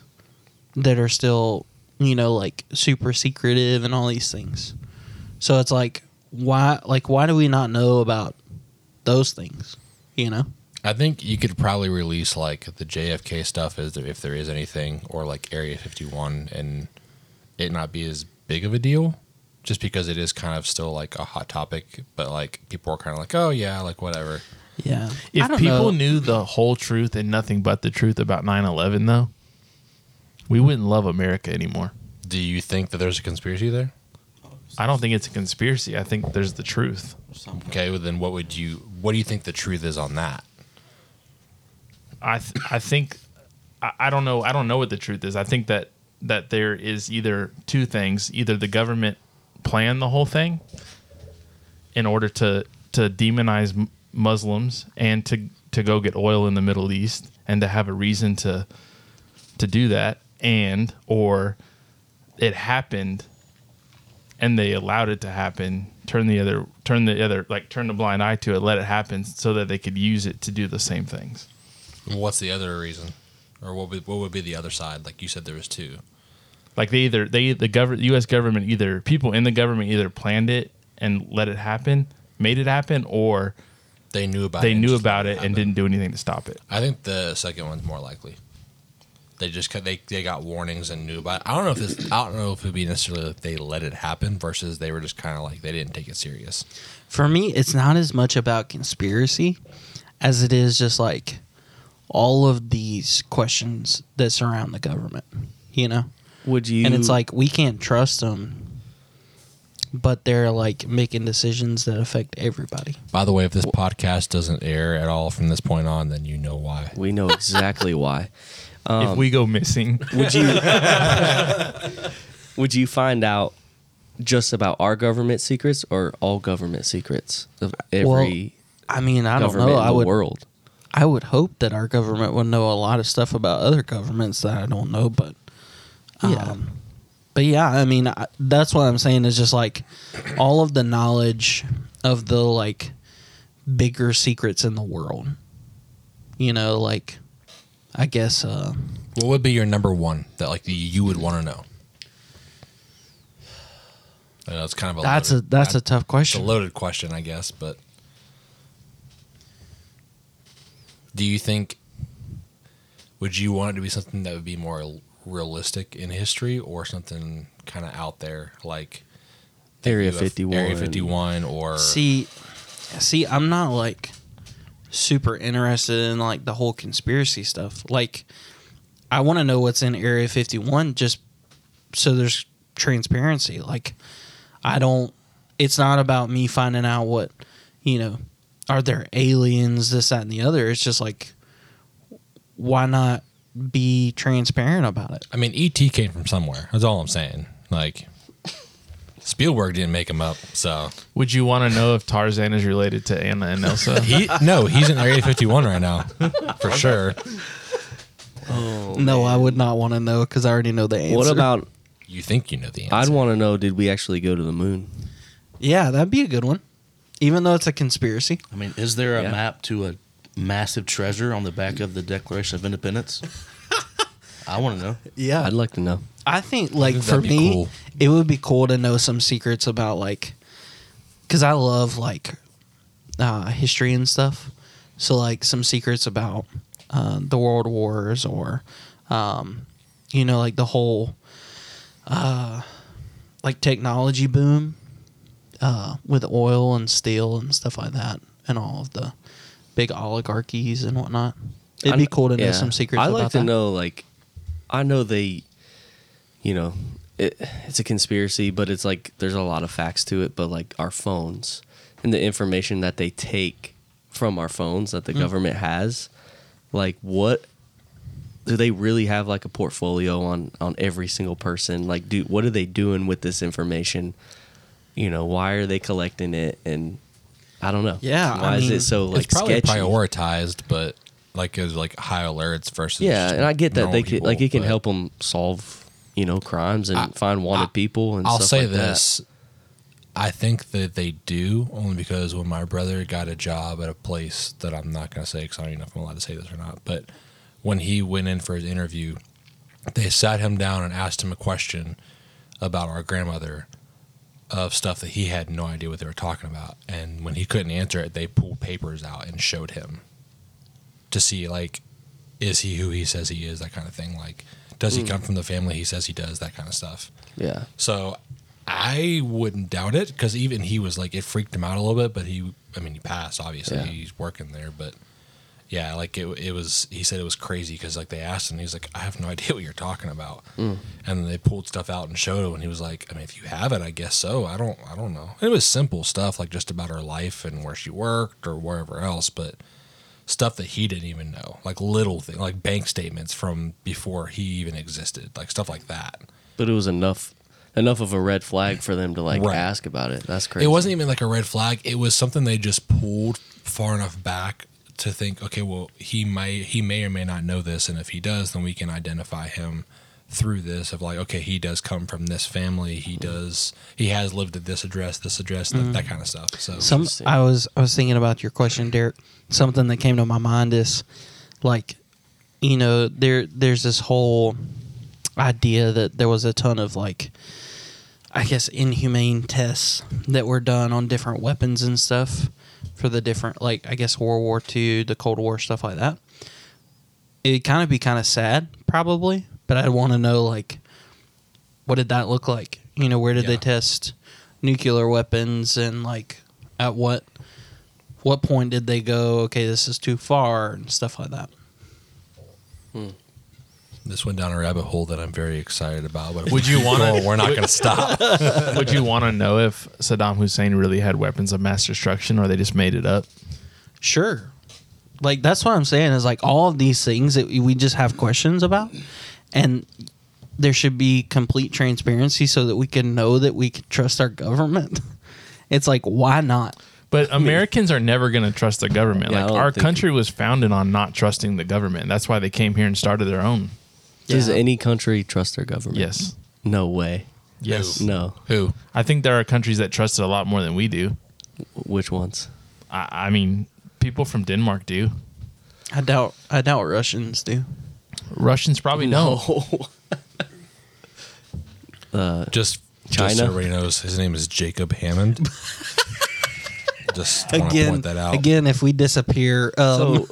D: that are still, you know, like super secretive and all these things. So it's like why like why do we not know about those things, you know?
A: I think you could probably release like the JFK stuff as if there is anything, or like Area 51, and it not be as big of a deal, just because it is kind of still like a hot topic. But like people are kind of like, oh yeah, like whatever.
D: Yeah.
C: If
D: I don't
C: people
D: know.
C: knew the whole truth and nothing but the truth about 9/11 though, we wouldn't love America anymore.
A: Do you think that there's a conspiracy there?
C: I don't think it's a conspiracy. I think there's the truth.
A: Okay, well then what would you? What do you think the truth is on that?
C: I th- I think I, I don't know I don't know what the truth is. I think that that there is either two things: either the government planned the whole thing in order to to demonize m- Muslims and to to go get oil in the Middle East and to have a reason to to do that, and or it happened and they allowed it to happen turn the other turn the other like turn the blind eye to it let it happen so that they could use it to do the same things
A: What's the other reason, or what would, what would be the other side? Like you said, there was two.
C: like they either they the government US government either people in the government either planned it and let it happen made it happen or
A: They knew about.
C: they
A: and
C: knew
A: just let
C: about it and
A: happen.
C: didn't do anything to stop it
A: I think the second one's more likely. They just cut- they they got warnings and knew about. It. I don't know if this. I don't know if it'd be necessarily that they let it happen versus they were just kind of like they didn't take it serious.
D: For me, it's not as much about conspiracy as it is just like all of these questions that surround the government, you know?
B: Would you?
D: and it's like we can't trust them, but they're like making decisions that affect everybody.
A: By the way, if this podcast doesn't air at all from this point on, then you know why.
B: we know exactly why.
C: if we go missing
B: Would you? would you find out just about our government secrets or all government secrets of every
D: I mean, I don't
B: government
D: know.
B: in
D: I
B: the
D: would
B: world?
D: I would hope that our government would know a lot of stuff about other governments that I don't know, but um,
B: Yeah.
D: but yeah, I mean, I, that's what I'm saying is just like all of the knowledge of the like bigger secrets in the world. You know, like I guess uh
A: What would be your number one that like you would want to know? I know it's kind of a
D: that's a
A: loaded,
D: that's a tough
A: it's a
D: question.
A: loaded question, I guess. But do you think would you want it to be something that would be more realistic in history or something kind of out there like
B: Area
A: UF
B: fifty one.
A: Area fifty one, or
D: See, see, I'm not like super interested in like the whole conspiracy stuff. Like, I want to know what's in Area 51 just so there's transparency. Like, I don't. It's not about me finding out what you know. Are there aliens? This, that, and the other. It's just like, why not be transparent about it?
A: I mean, ET came from somewhere. That's all I'm saying. Like Spielberg didn't make him up, so
C: would you want to know if Tarzan is related to Anna and Elsa
A: he no, he's in Area 51 right now, for sure.
D: no, I would not want to know because I already know the answer.
B: Oh, What about?
A: You think you know the answer?
B: I'd want to know. Did we actually go to the moon?
D: Yeah, that'd be a good one. Even though it's a conspiracy.
E: I mean, is there a
B: Yeah.
E: map to a massive treasure on the back of the Declaration of Independence? I want to know.
D: Yeah.
B: I'd like to know.
D: I think like
A: think
D: for
A: that'd be
D: me,
A: cool.
D: it would be cool to know some secrets about like, because I love like uh, history and stuff. So like some secrets about uh, the world wars or, um, you know, like the whole, uh, like technology boom, uh, with oil and steel and stuff like that, and all of the big oligarchies and whatnot. It'd be
B: I'd-
D: cool to know
B: yeah.
D: some secrets.
B: I'd
D: about
B: like to
D: that.
B: know, like, I know they, you know, it, it's a conspiracy, but it's like there's a lot of facts to it. But like our phones and the information that they take from our phones that
D: Mm.
B: the government has, like, what do they really have like a portfolio on on every single person? Like, do what are they doing with this information? You know, why are they collecting it? And I don't know.
D: Yeah, I
B: why is
D: mean,
B: it so like
A: it's probably
B: sketchy?
A: prioritized, but like as like high alerts versus
B: Yeah, and I get that
A: normal
B: they could
A: people,
B: like it can
A: but
B: help them solve you know crimes and
A: I-
B: find wanted
A: I-
B: people and
A: I'll
B: stuff
A: say
B: like that.
A: this: I think that they do only because when my brother got a job at a place that I'm not going to say because I don't even know if I'm allowed to say this or not, but when he went in for his interview, they sat him down and asked him a question about our grandmother of stuff that he had no idea what they were talking about, and when he couldn't answer it, they pulled papers out and showed him to see like is he who he says he is that kind of thing like does
B: Hmm.
A: he come from the family he says he does that kind of stuff
B: Yeah,
A: so I wouldn't doubt it because even he was like, it freaked him out a little bit, but he, I mean, he passed, obviously.
B: Yeah.
A: He's working there, but yeah, like it, it was, he said it was crazy because like they asked him, he was like, I have no idea what you're talking about. And then they pulled stuff out and showed him, and he was like, I mean, if you have it, I guess so. I don't, I don't know. And it was simple stuff, like just about her life and where she worked or wherever else, but stuff that he didn't even know, like little things, like bank statements from before he even existed, like stuff like that.
B: but it was enough enough of a red flag for them to like
A: Right.
B: ask about it. That's crazy.
A: It wasn't even like a red flag. It was something they just pulled far enough back to think, okay, well, he may he may or may not know this, and if he does, then we can identify him through this of like, okay, he does come from this family. He does. He has lived at this address, this address, th- that kind of stuff. So
D: Some
B: Interesting.
D: I was I was thinking about your question, Derek. Something that came to my mind is like, you know, there there's this whole idea that there was a ton of like I guess inhumane tests that were done on different weapons and stuff for the different like I guess World War II, the Cold War, stuff like that. It'd kind of be kind of sad, probably, but I'd want to know like what did that look like? You know, where did they
A: Yeah.
D: test nuclear weapons and like at what what point did they go, okay, this is too far and stuff like that.
A: this went down a rabbit hole that I'm very excited about. But would you want to? We're not going to stop.
C: Would you want to know if Saddam Hussein really had weapons of mass destruction, or they just made it up?
D: Sure. Like that's what I'm saying is like all of these things that we just have questions about and there should be complete transparency so that we can know that we can trust our government. It's like why not?
C: But Americans are never going to trust the government.
B: Yeah, I
C: like
B: don't
C: our
B: think-
C: country was founded on not trusting the government. That's why they came here and started their own.
B: Does
D: Yeah.
B: any country trust their government?
C: Yes.
B: No way.
C: Yes.
B: No.
A: Who?
C: I think there are countries that trust it a lot more than we do.
B: Which ones?
C: I, I mean, people from Denmark do.
D: I doubt I doubt Russians do.
C: Russians probably don't.
A: Just Just so
B: China?
A: everybody knows, his name is Jacob Hammond. just want to
D: Again,
A: point that out.
D: again if we disappear um,
B: So,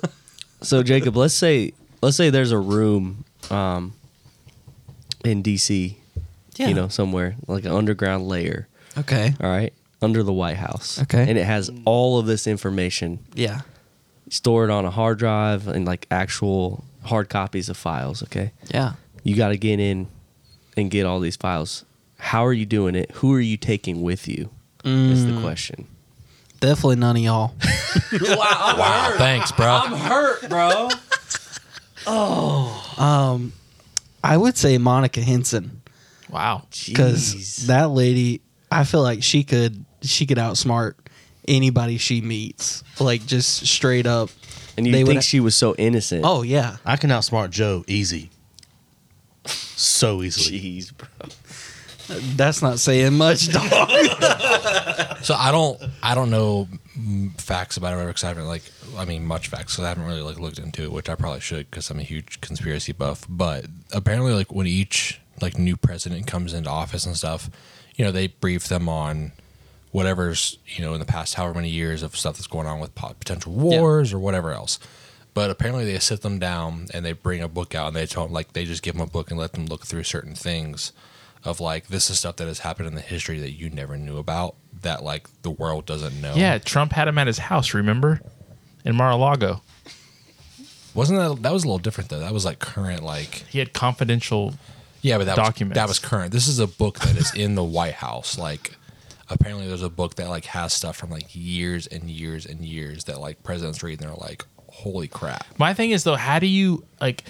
B: so Jacob, let's say let's say there's a room um, in DC,
D: Yeah.
B: you know, somewhere like an underground layer.
D: okay.
B: All right, under the White House.
D: Okay.
B: and it has all of this information
D: Yeah.
B: stored on a hard drive and like actual hard copies of files. Okay,
D: Yeah.
B: you got to get in and get all these files. How are you doing it? Who are you taking with you? Is the question.
D: Definitely none of y'all.
A: wow, Ah, thanks, bro.
D: hurt, bro. oh. Um, I would say Monica Henson
C: Wow.
D: because that lady, I feel like she could she could outsmart anybody she meets, like just straight up.
B: And you
D: They
B: think
D: would-
B: she was so innocent?
D: Oh yeah,
E: I can outsmart Joe easy. So easily.
B: jeez, bro.
D: that's not saying much, dog.
A: So I don't, I don't know mm, facts about it because I haven't like, I mean, much facts because I haven't really like looked into it, which I probably should because I'm a huge conspiracy buff. But apparently, like when each like new president comes into office and stuff, you know, they brief them on whatever's you know in the past however many years of stuff that's going on with pot- potential wars or whatever else. But apparently, they sit them down and they bring a book out and they tell them like they just give them a book and let them look through certain things of like this is stuff that has happened in the history that you never knew about that like the world doesn't know.
C: Yeah, Trump had him at his house, remember? In Mar-a-Lago.
A: wasn't that that was a little different though? That was like current like
C: He had confidential
A: yeah, but that
C: Documents.
A: was that was current. This is a book that is in the White House. Like apparently, there's a book that like has stuff from like years and years and years that like presidents read and they're like, holy crap.
C: My thing is though, how do you like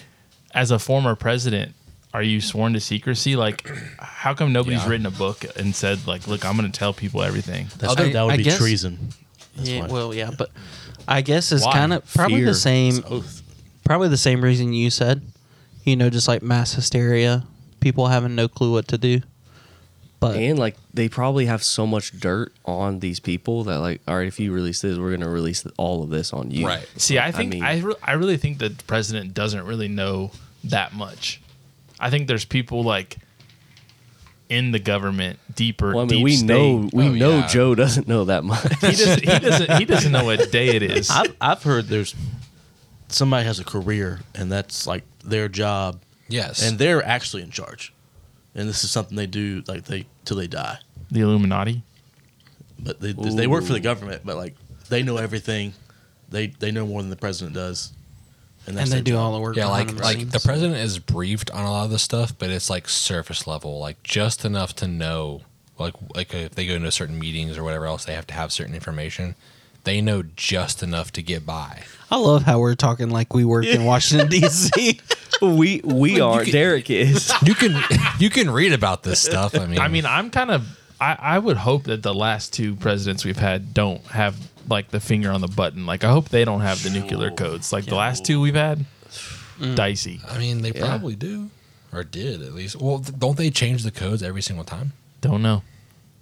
C: as a former president, are you sworn to secrecy? Like how come nobody's
A: Yeah.
C: written a book and said like, look, I'm gonna tell people everything?
E: That's,
D: Although,
E: that would
D: I
E: be
D: guess-
E: treason. That's
D: yeah,
E: why.
D: well, yeah, but I guess it's
C: Why?
D: kind of probably
B: Fear.
D: the same.
E: Oath.
D: Probably the same reason you said. You know, just like mass hysteria, people having no clue what to do. But
B: And like they probably have so much dirt on these people that like, all right, if you release this, we're gonna release all of this on you.
A: Right.
C: See, I think I,
B: mean-
C: re- I really think the president doesn't really know that much. I think there's people like in the government deeper.
B: Well, I mean,
C: deep
B: we
C: state.
B: know we
A: Oh,
B: know
A: yeah.
B: Joe doesn't know that much.
C: he doesn't. He doesn't. He doesn't know what day it is.
E: I've, I've heard there's somebody has a career and that's like their job
A: Yes,
E: and they're actually in charge. And this is something they do like they till they die.
C: the Illuminati.
E: But they they work for the
B: Ooh.
E: government, but like they know everything. They they know more than the president does.
D: and they
E: their
D: do
E: job.
D: all the work.
A: yeah,
D: behind
A: like
D: the
A: like the
D: scenes.
A: president is briefed on a lot of this stuff, but it's like surface level, like just enough to know, like like if they go into certain meetings or whatever else, they have to have certain information. They know just enough to get by.
D: I love how we're talking like we work in Washington D.C.
B: we we are. Derek is.
A: You can you can read about this stuff. I mean,
C: I mean, I'm kind of. I, I would hope that the last two presidents we've had don't have like the finger on the button. Like I hope they don't have the nuclear codes. Like the last two we've had, dicey.
A: I mean, they probably do. or did at least. Well, th- don't they change the codes every single time?
C: Don't know.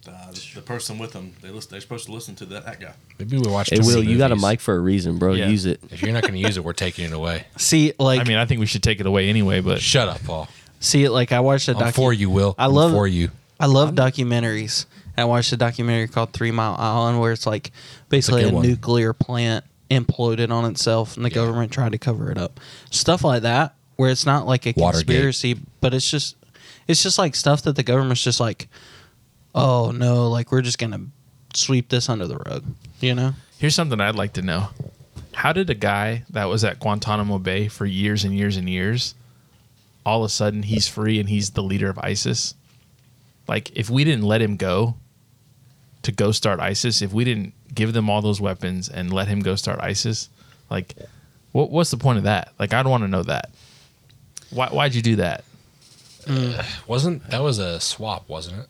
E: Uh, the, the person with them, they listen, they're supposed to listen to that, that guy.
A: Maybe we watch.
B: Hey,
A: too many
B: Will, you got a
A: movies.
B: mic for a reason, bro.
C: Yeah.
B: Use it.
A: If you're not going to use it, we're taking it away.
D: See, like,
C: I mean, I think we should take it away anyway, but
A: Shut up, Paul.
D: see, like, I watched a
A: I'm for
D: docu-
A: you, Will.
D: I
A: I'm
D: love-
A: for you.
D: I love documentaries. I watched a documentary called Three Mile Island, where it's like basically
A: good
D: a
A: one.
D: nuclear plant imploded on itself, and the government tried to cover it up. Stuff like that, where it's not like a
A: Watergate.
D: conspiracy, but it's just, it's just like stuff that the government's just like, oh no, like we're just gonna sweep this under the rug, you know?
C: here's something I'd like to know. How did a guy that was at Guantanamo Bay for years and years and years, all of a sudden he's free and he's the leader of ISIS? Like, if we didn't let him go to go start ISIS, if we didn't give them all those weapons and let him go start ISIS, like, what, what's the point of that? Like, I'd want to know that. Why, why'd you do that?
A: Wasn't that was a swap, wasn't it?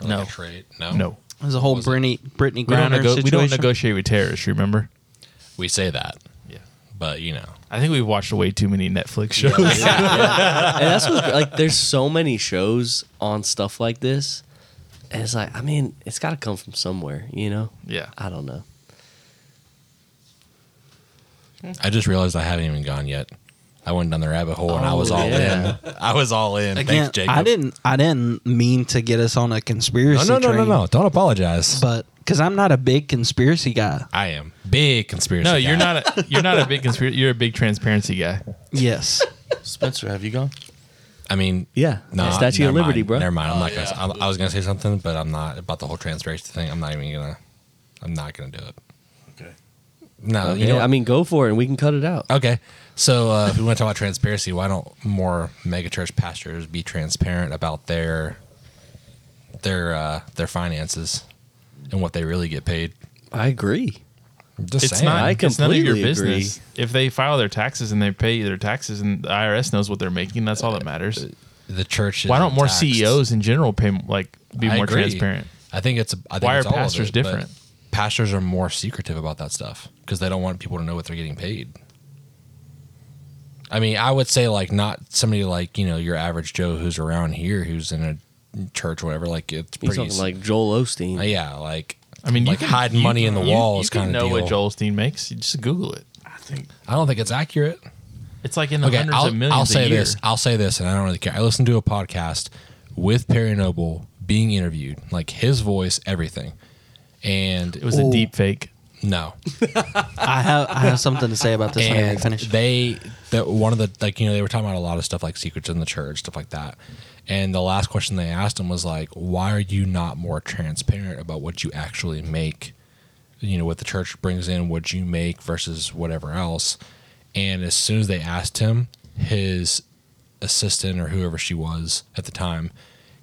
A: Or like
C: No.
A: a trade. No,
C: No.
D: There's a whole
A: Was it-
D: Brittany Brittany
C: We don't,
D: Griner
C: nego-
D: situation.
C: we don't negotiate with terrorists, remember?
A: We say that,
C: Yeah.
A: but you know,
C: I think we've watched way too many Netflix shows.
B: and that's what's gr- like there's so many shows on stuff like this and it's like i mean it's got to come from somewhere you know
C: yeah.
B: i don't know
A: I just realized I haven't even gone yet. I went down the rabbit hole and I
B: Oh,
A: was all
B: yeah.
A: in. I was all in.
D: Again,
A: Thanks, Jacob.
D: I didn't I didn't mean to get us on a
A: No,
D: conspiracy.
A: no, no, no,
D: train,
A: no. Don't apologize.
D: But because I'm not a big conspiracy guy.
A: I am big conspiracy.
C: No, you're
A: guy.
C: not. A, you're not a big conspiracy. You're a big transparency guy.
D: Yes.
E: Spencer, have you gone?
A: I mean,
B: yeah
A: No,
B: statue of
A: never
B: liberty
A: mind.
B: bro
A: Never mind. I'm
E: Oh,
A: not
E: yeah.
A: gonna. I, I was gonna say something, but I'm not about the whole transparency thing. I'm not even gonna. I'm not gonna do it.
E: Okay.
A: No,
B: Okay,
A: you know.
B: i
A: what?
B: mean go for it and we can cut it out
A: okay. So uh, if we want to talk about transparency, why don't more megachurch pastors be transparent about their their uh, their finances and what they really get paid?
B: i agree
A: Just
C: it's
A: saying.
C: not.
B: I
C: it's none of your
B: completely agree.
C: business. If they file their taxes and they pay their taxes, and the IRS knows what they're making, that's all that matters.
A: the church.
C: Why don't
A: isn't
C: more
A: taxed.
B: E
C: CEOs in general pay like be
A: I
C: more
A: agree.
C: transparent?
A: I think it's. I think
C: Why
A: it's
C: are
A: all of
C: pastors
A: it, but
C: different?
A: Pastors are more secretive about that stuff because they don't want people to know what they're getting paid. I mean, I would say like not somebody like you know your average Joe who's around here who's in a church or whatever. Like it's
B: he's
A: pretty.
B: talking like joel osteen
A: uh, yeah, like
C: I mean,
A: Like
C: you can,
A: hiding
C: you-
A: money in the
C: you-
A: wall
C: You,
A: is
C: can
A: kinda
C: know
A: deal.
C: what Joel Osteen makes. You just Google it.
E: I think
A: I don't think it's accurate.
C: It's like in the
A: Okay,
C: 100s
A: I'll,
C: of millions.
A: I'll
C: a
A: say
C: year.
A: this. I'll say this, and I don't really care. I listened to a podcast with Perry Noble being interviewed, like his voice, everything, and
C: It was a
D: Ooh.
C: deep fake.
A: no.
D: I have I have something to say about this when I
A: and
D: finish.
A: they that one of the like you know they were talking about a lot of stuff like secrets in the church stuff like that and the last question they asked him was like why are you not more transparent about what you actually make you know what the church brings in what you make versus whatever else and as soon as they asked him his assistant or whoever she was at the time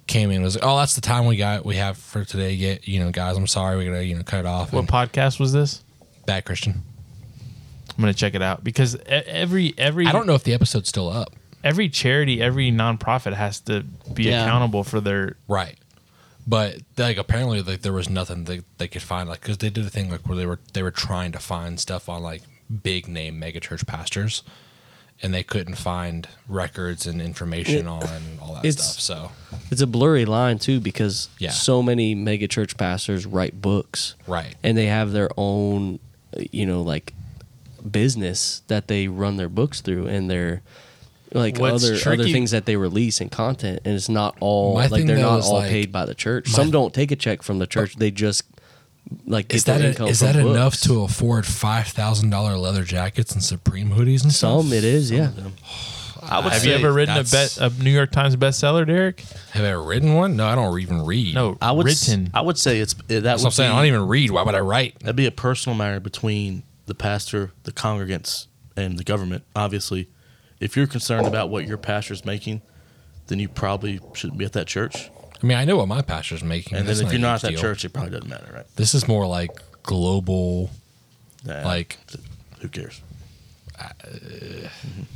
A: came in and was like oh that's the time we got we have for today get you know guys i'm sorry we gotta you know cut it off
C: What
A: and
C: podcast was this?
A: bad christian
C: I'm gonna check it out because e- every every
A: i don't know if the episode's still up
C: every charity, every nonprofit has to be
D: Yeah.
C: accountable for their
A: Right. But like apparently like there was nothing they, they could find like because they did a thing like where they were they were trying to find stuff on like big name megachurch pastors, and they couldn't find records and information on all that
B: it's-
A: stuff. So
B: it's a blurry line too because
A: Yeah.
B: so many mega church pastors write books
A: right,
B: and they have their own uh, you know like business that they run their books through and their like
C: What's
B: other other
C: tricky-
B: things that they release and content and it's not all
A: My
B: like
A: thing,
B: they're
A: though,
B: not
A: is,
B: all
A: like,
B: paid by the church
A: my-
B: some don't take a check from the church they just like get
A: is that
B: their
A: a,
B: income
A: is
B: from
A: that enough
B: books.
A: to afford five thousand dollar leather jackets and Supreme hoodies and stuff?
B: some it is yeah
C: Have you ever written a
A: that's-
C: bet a New York Times bestseller, Derek?
A: Have I ever written one? No, I don't even read.
C: No,
E: I would. s-
C: written.
E: I would say it's that
A: that's
E: would
A: what I'm saying.
E: be-
A: I don't even read. Why would I write?
E: That'd be a personal matter between the pastor, the congregants, and the government. Obviously, if you're concerned about what your pastor's making, then you probably shouldn't be at that church.
A: I mean, I know what my pastor's making.
E: And
A: That's
E: then if
A: a
E: you're
A: huge
E: not at that
A: deal.
E: church, it probably doesn't matter, right?
A: this is more like global.
E: Nah,
A: Like-
E: who cares?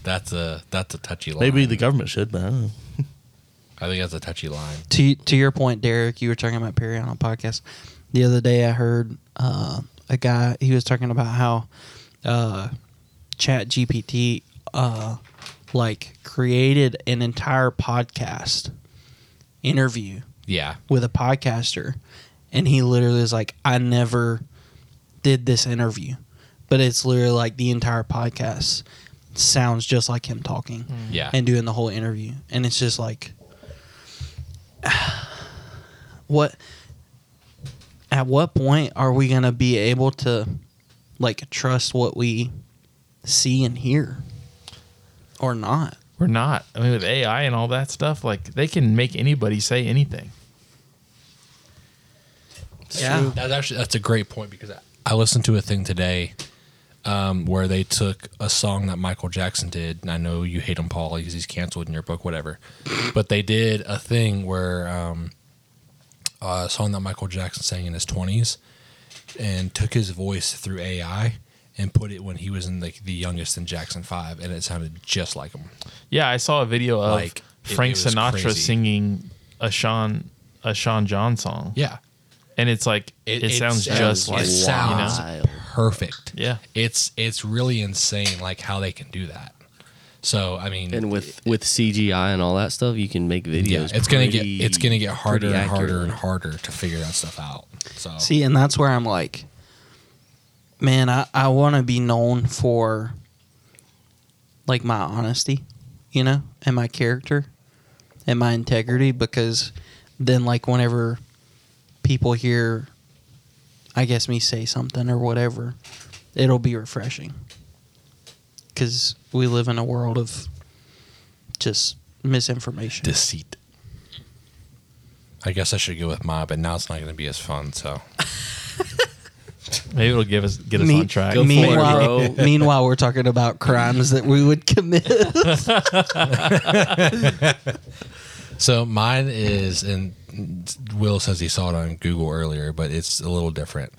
A: That's a that's a touchy line.
E: Maybe the government should, but I don't know.
A: I think that's a touchy line.
D: to to your point, Derek, you were talking about Perry on a podcast. The other day, I heard uh, a guy. He was talking about how uh, Chat GPT uh, like created an entire podcast interview
A: Yeah.
D: with a podcaster and he literally is like i never did this interview but it's literally like the entire podcast sounds just like him talking
A: Yeah.
D: and doing the whole interview and it's just like what at what point are we going to be able to like trust what we see and hear or not
C: We're not. I mean, with AI and all that stuff, like they can make anybody say anything.
D: Yeah.
A: that's actually that's a great point because I, I listened to a thing today um, where they took a song that Michael Jackson did, and I know you hate him, Paul, because he's canceled in your book, whatever. but they did a thing where um, a song that Michael Jackson sang in his twenties, and took his voice through AI and put it when he was in like the youngest in Jackson Five, and it sounded just like him.
C: Yeah, I saw a video of
A: Like, it-
C: Frank
A: it was
C: Sinatra
A: crazy.
C: singing a Sean a Sean John song.
A: Yeah,
C: and it's like it, sounds just like
A: it
C: you know?
A: sounds
B: Wild.
A: perfect.
C: Yeah.
A: it's it's really insane like how they can do that. So I mean,
B: And with with CGI and all that stuff, you can make videos.
A: yeah, it's gonna get
B: pretty-
A: it's gonna get harder
B: pretty
A: and harder and
B: accurately.
A: harder to figure that stuff out. So
D: See, and that's where I'm like, man, I, I want to be known for like my honesty, you know, and my character and my integrity because then, like, whenever people hear, I guess, me say something or whatever, it'll be refreshing because we live in a world of just misinformation.
A: deceit. I guess I should go with my, but now it's not gonna be as fun. So
C: Maybe it'll give us get us
D: Me-
C: on track.
B: Go for it,
D: meanwhile,
B: bro.
D: meanwhile, we're talking about crimes that we would commit.
A: so mine is and Will says he saw it on Google earlier, but it's a little different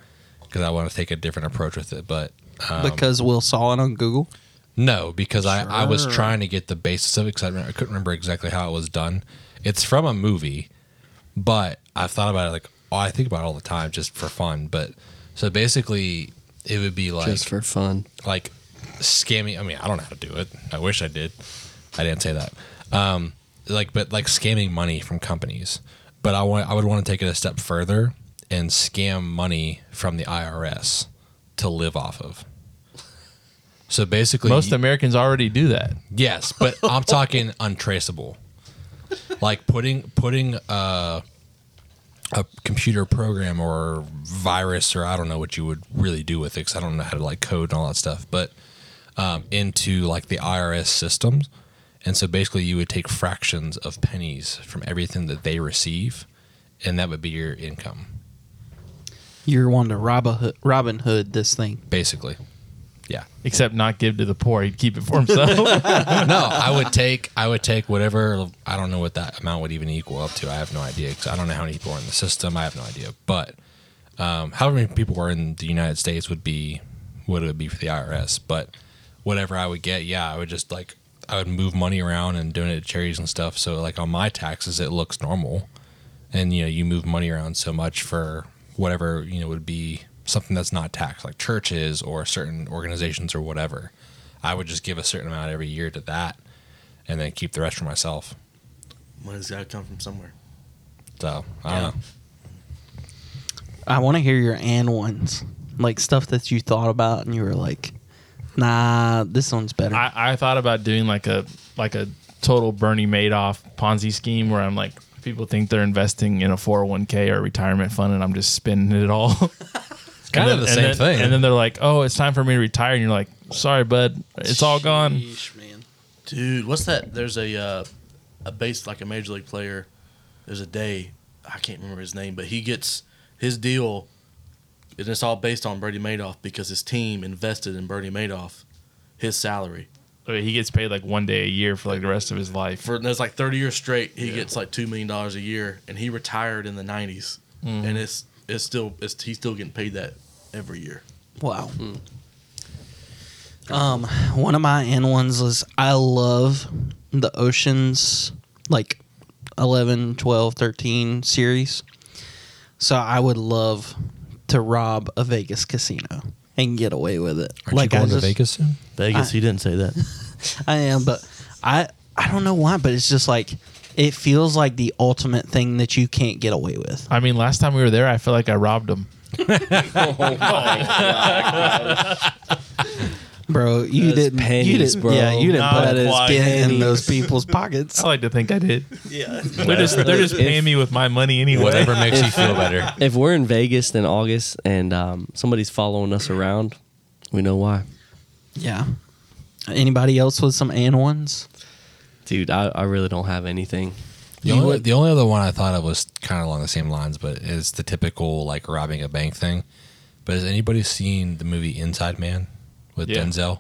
A: because I want to take a different approach with it. But
D: because Will saw it on Google.
A: No, because I, I was
D: Sure.
A: trying to get the basis of it because I, remember- I couldn't remember exactly how it was done. It's from a movie, but I've thought about it like oh, I think about it all the time just for fun. But so basically, it would be like
B: just for fun.
A: like scamming. I mean, I don't know how to do it. I wish I did. I didn't say that. Um, like, but like scamming money from companies. But I want I would want to take it a step further and scam money from the IRS to live off of. So basically,
C: Most Americans already do that.
A: Yes, but I'm talking untraceable. Like putting putting uh, a computer program or virus or I don't know what you would really do with it because I don't know how to like code and all that stuff, but um, into like the IRS systems. And so basically, you would take fractions of pennies from everything that they receive, and that would be your income,
D: You're one to Robin Hood, Robin Hood this thing.
A: basically. Yeah.
C: Except not give to the poor. He'd keep it for himself.
A: no, I would take I would take whatever I don't know what that amount would even equal up to. I have no idea because I don't know how many people are in the system. I have no idea, but um, however many people are in the United States would be what it would be for the IRS. But whatever I would get, yeah, I would just like I would move money around and donate to charities and stuff. So like on my taxes, it looks normal, and you know you move money around so much for whatever you know would be something that's not taxed, like churches or certain organizations or whatever. I would just give a certain amount every year to that, and then keep the rest for myself.
E: Money's got to come from somewhere.
A: So I don't know.
D: I want to hear your and ones, like stuff that you thought about and you were like, nah, this one's better.
C: I, I thought about doing like a like a total Bernie Madoff Ponzi scheme where I'm like people think they're investing in a 401k or retirement fund and I'm just spending it all.
A: It's kind of
C: And
A: the
C: then-
A: same
C: and then-
A: thing.
C: And then they're like, "Oh, it's time for me to retire," and you're like, "Sorry, bud, it's all gone."
E: Dude, what's that? There's a uh, a base like a major league player. There's a day I can't remember his name, but he gets his deal, and it's all based on Brady Madoff because his team invested in Brady Madoff, his salary
C: I mean, he gets paid like one day a year for like the rest of his life.
E: for there's like 30 years straight. He gets like two million dollars a year, and he retired in the 90s, and it's it's still it's he's still getting paid that every year.
D: Wow. Um, one of my and ones is I love the Oceans like 11, 12, 13 series. So I would love to rob a Vegas casino and get away with it.
A: Aren't you going to Vegas soon?
E: Vegas, he didn't say that.
D: I am, but I I don't know why, but it's just like it feels like the ultimate thing that you can't get away with.
C: I mean, last time we were there, I feel like I robbed them.
D: Bro, you
B: That's
D: didn't you
B: pennies,
D: didn't,
B: bro.
D: Yeah, you didn't
E: Not
D: put a
E: quite
D: spin in
B: pennies.
D: those people's pockets.
C: I like to think I did.
E: Yeah.
C: They're just they're just
B: If-
C: paying me with my money anyway.
A: Whatever makes you feel better.
B: If we're in Vegas in August and um, somebody's following us around, we know why.
D: Yeah. Anybody else with some and ones?
B: Dude, I, I really don't have anything.
A: The
D: You
A: only,
D: would-
A: the only other one I thought of was kind of along the same lines, but it's the typical like robbing a bank thing. But has anybody seen the movie Inside Man with
C: Yeah.
A: Denzel?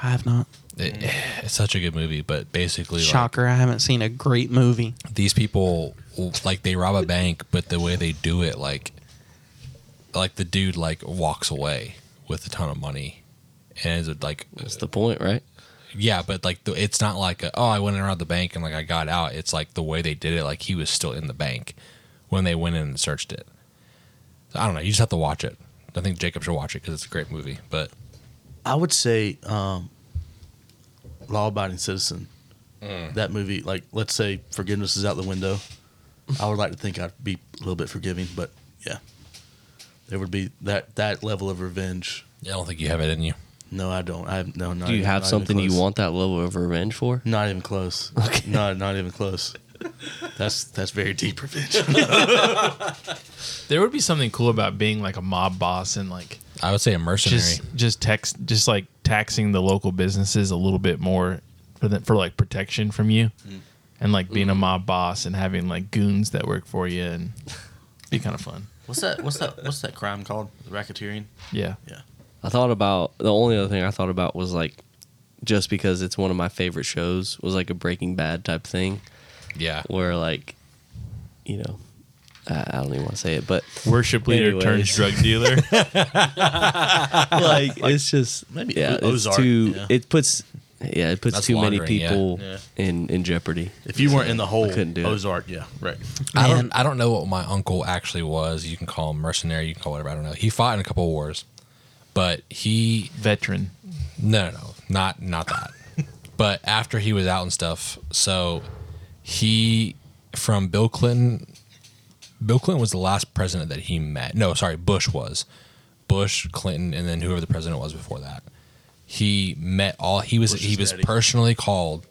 D: I have not.
A: It- it's such a good movie, but basically, like,
D: Shocker, I haven't seen a great movie.
A: these people like they rob a bank, but the way they do it, like, like the dude like walks away with a ton of money, and it's like,
B: That's the point, right?
A: yeah, but like the, it's not like a, oh I went around the bank and like I got out. It's like the way they did it, like he was still in the bank when they went in and searched it. I don't know. You just have to watch it. I think Jacob should watch it because it's a great movie. But
E: I would say um, Law Abiding Citizen. That movie, like, let's say forgiveness is out the window. I would like to think I'd be a little bit forgiving, but yeah, there would be that that level of revenge.
A: I don't think you have it in you.
E: No, I don't. I no. Not
B: Do you
E: even-
B: have
E: not even
B: something you
E: close.
B: want that level of revenge for?
E: Not even close.
B: Okay.
E: No, not even close. That's that's very deep revenge.
C: There would be something cool about being like a mob boss and like
A: I would say a mercenary.
C: just just tax just like taxing the local businesses a little bit more for the, for like protection from you, and like being a mob boss and having like goons that work for you and be kind of fun.
E: What's that? What's that? What's that crime called? Racketeering.
C: Yeah,
E: Yeah.
B: I thought about the only other thing I thought about was like just because it's one of my favorite shows was like a Breaking Bad type thing
A: yeah.
B: where like you know I, I don't even want to say it, but
C: worship leader
B: Anyways.
C: turns drug dealer.
B: like it's just
E: maybe
B: yeah
E: O-
B: it's
E: Ozark,
B: too
E: yeah.
B: it puts yeah it puts
A: That's
B: too many
A: laundering, yeah.
B: people
E: Yeah.
B: in in jeopardy.
E: If you weren't in the hole,
B: couldn't do it.
E: Ozark. Yeah. Right.
A: I
D: Man.
A: don't, I don't know what my uncle actually was. You can call him mercenary. You can call whatever. I don't know. He fought in a couple of wars, but he
C: Veteran.
A: no, no, no, not not that. but after he was out and stuff, so he from Bill Clinton. Bill Clinton was the last president that he met. No, sorry, Bush was. Bush, Clinton, and then whoever the president was before that. He met all. He was
E: Bush's
A: he was
E: daddy.
A: personally called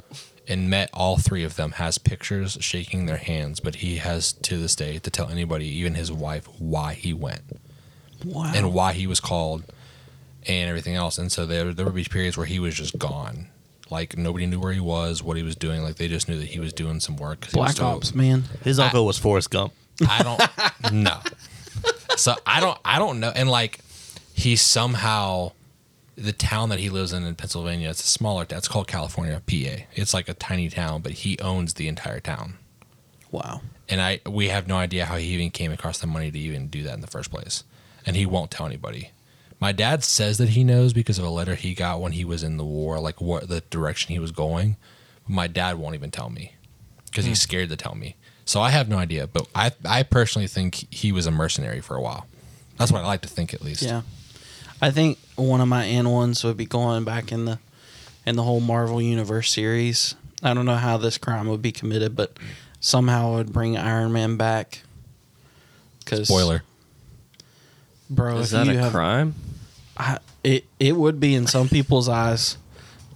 A: and met all three of them. Has pictures shaking their hands, but he has to this day to tell anybody, even his wife, why he went
D: Wow.
A: and why he was called and everything else. And so there there would be periods where he was just gone. Like nobody knew where he was, what he was doing. Like they just knew that he was doing some work. 'cause he was
D: Black
A: still-
D: Ops, man.
E: His uncle was Forrest Gump.
A: I don't know. So I don't I don't know. And like he somehow the town that he lives in in Pennsylvania, it's a smaller town. It's called California, PA. It's like a tiny town, but he owns the entire town.
D: Wow.
A: And I we have no idea how he even came across the money to even do that in the first place. And he won't tell anybody. My dad says that he knows because of a letter he got when he was in the war, like what the direction he was going. My dad won't even tell me because he's scared to tell me. So I have no idea. But I I personally think he was a mercenary for a while. That's what I like to think at least.
D: Yeah. I think one of my N ones would be going back in the in the whole Marvel Universe series. I don't know how this crime would be committed, but somehow it would bring Iron Man back. Cause
A: Spoiler.
D: bro.
B: Is
D: if
B: that
D: you
B: a
D: have-
B: crime?
D: I, it it would be in some people's eyes,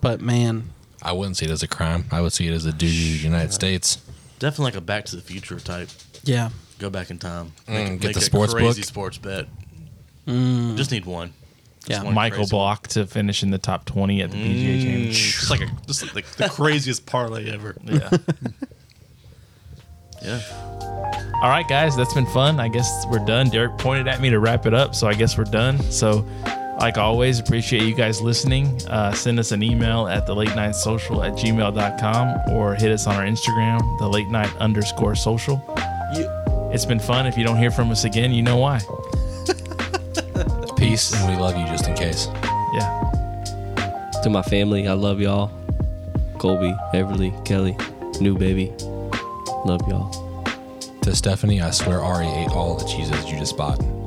D: but man,
A: I wouldn't see it as a crime. I would see it as a duty to the United States.
E: Definitely like a Back to the Future type.
D: yeah,
E: Go back in time.
A: Mm, get the sports
E: crazy
A: book.
E: sports bet. Just need one.
D: yeah.
E: one.
C: Michael
E: crazy. Mm.
C: Block to finish in the top twenty at the PGA Championship.
E: It's like a, just like the, the craziest parlay ever.
C: Yeah.
E: Yeah.
C: All right, guys, that's been fun. I guess we're done. Derek pointed at me to wrap it up, so I guess we're done. So, like always, appreciate you guys listening. Uh, send us an email at the late night social at gmail.com or hit us on our Instagram, the late night underscore social. It's been fun. If you don't hear from us again, you know why.
A: Peace and we love you just in case.
C: Yeah.
B: To my family, I love y'all. Colby, Everly, Kelly, new baby, love y'all.
A: E To Stephanie, I swear Ari ate all the cheeses you just bought.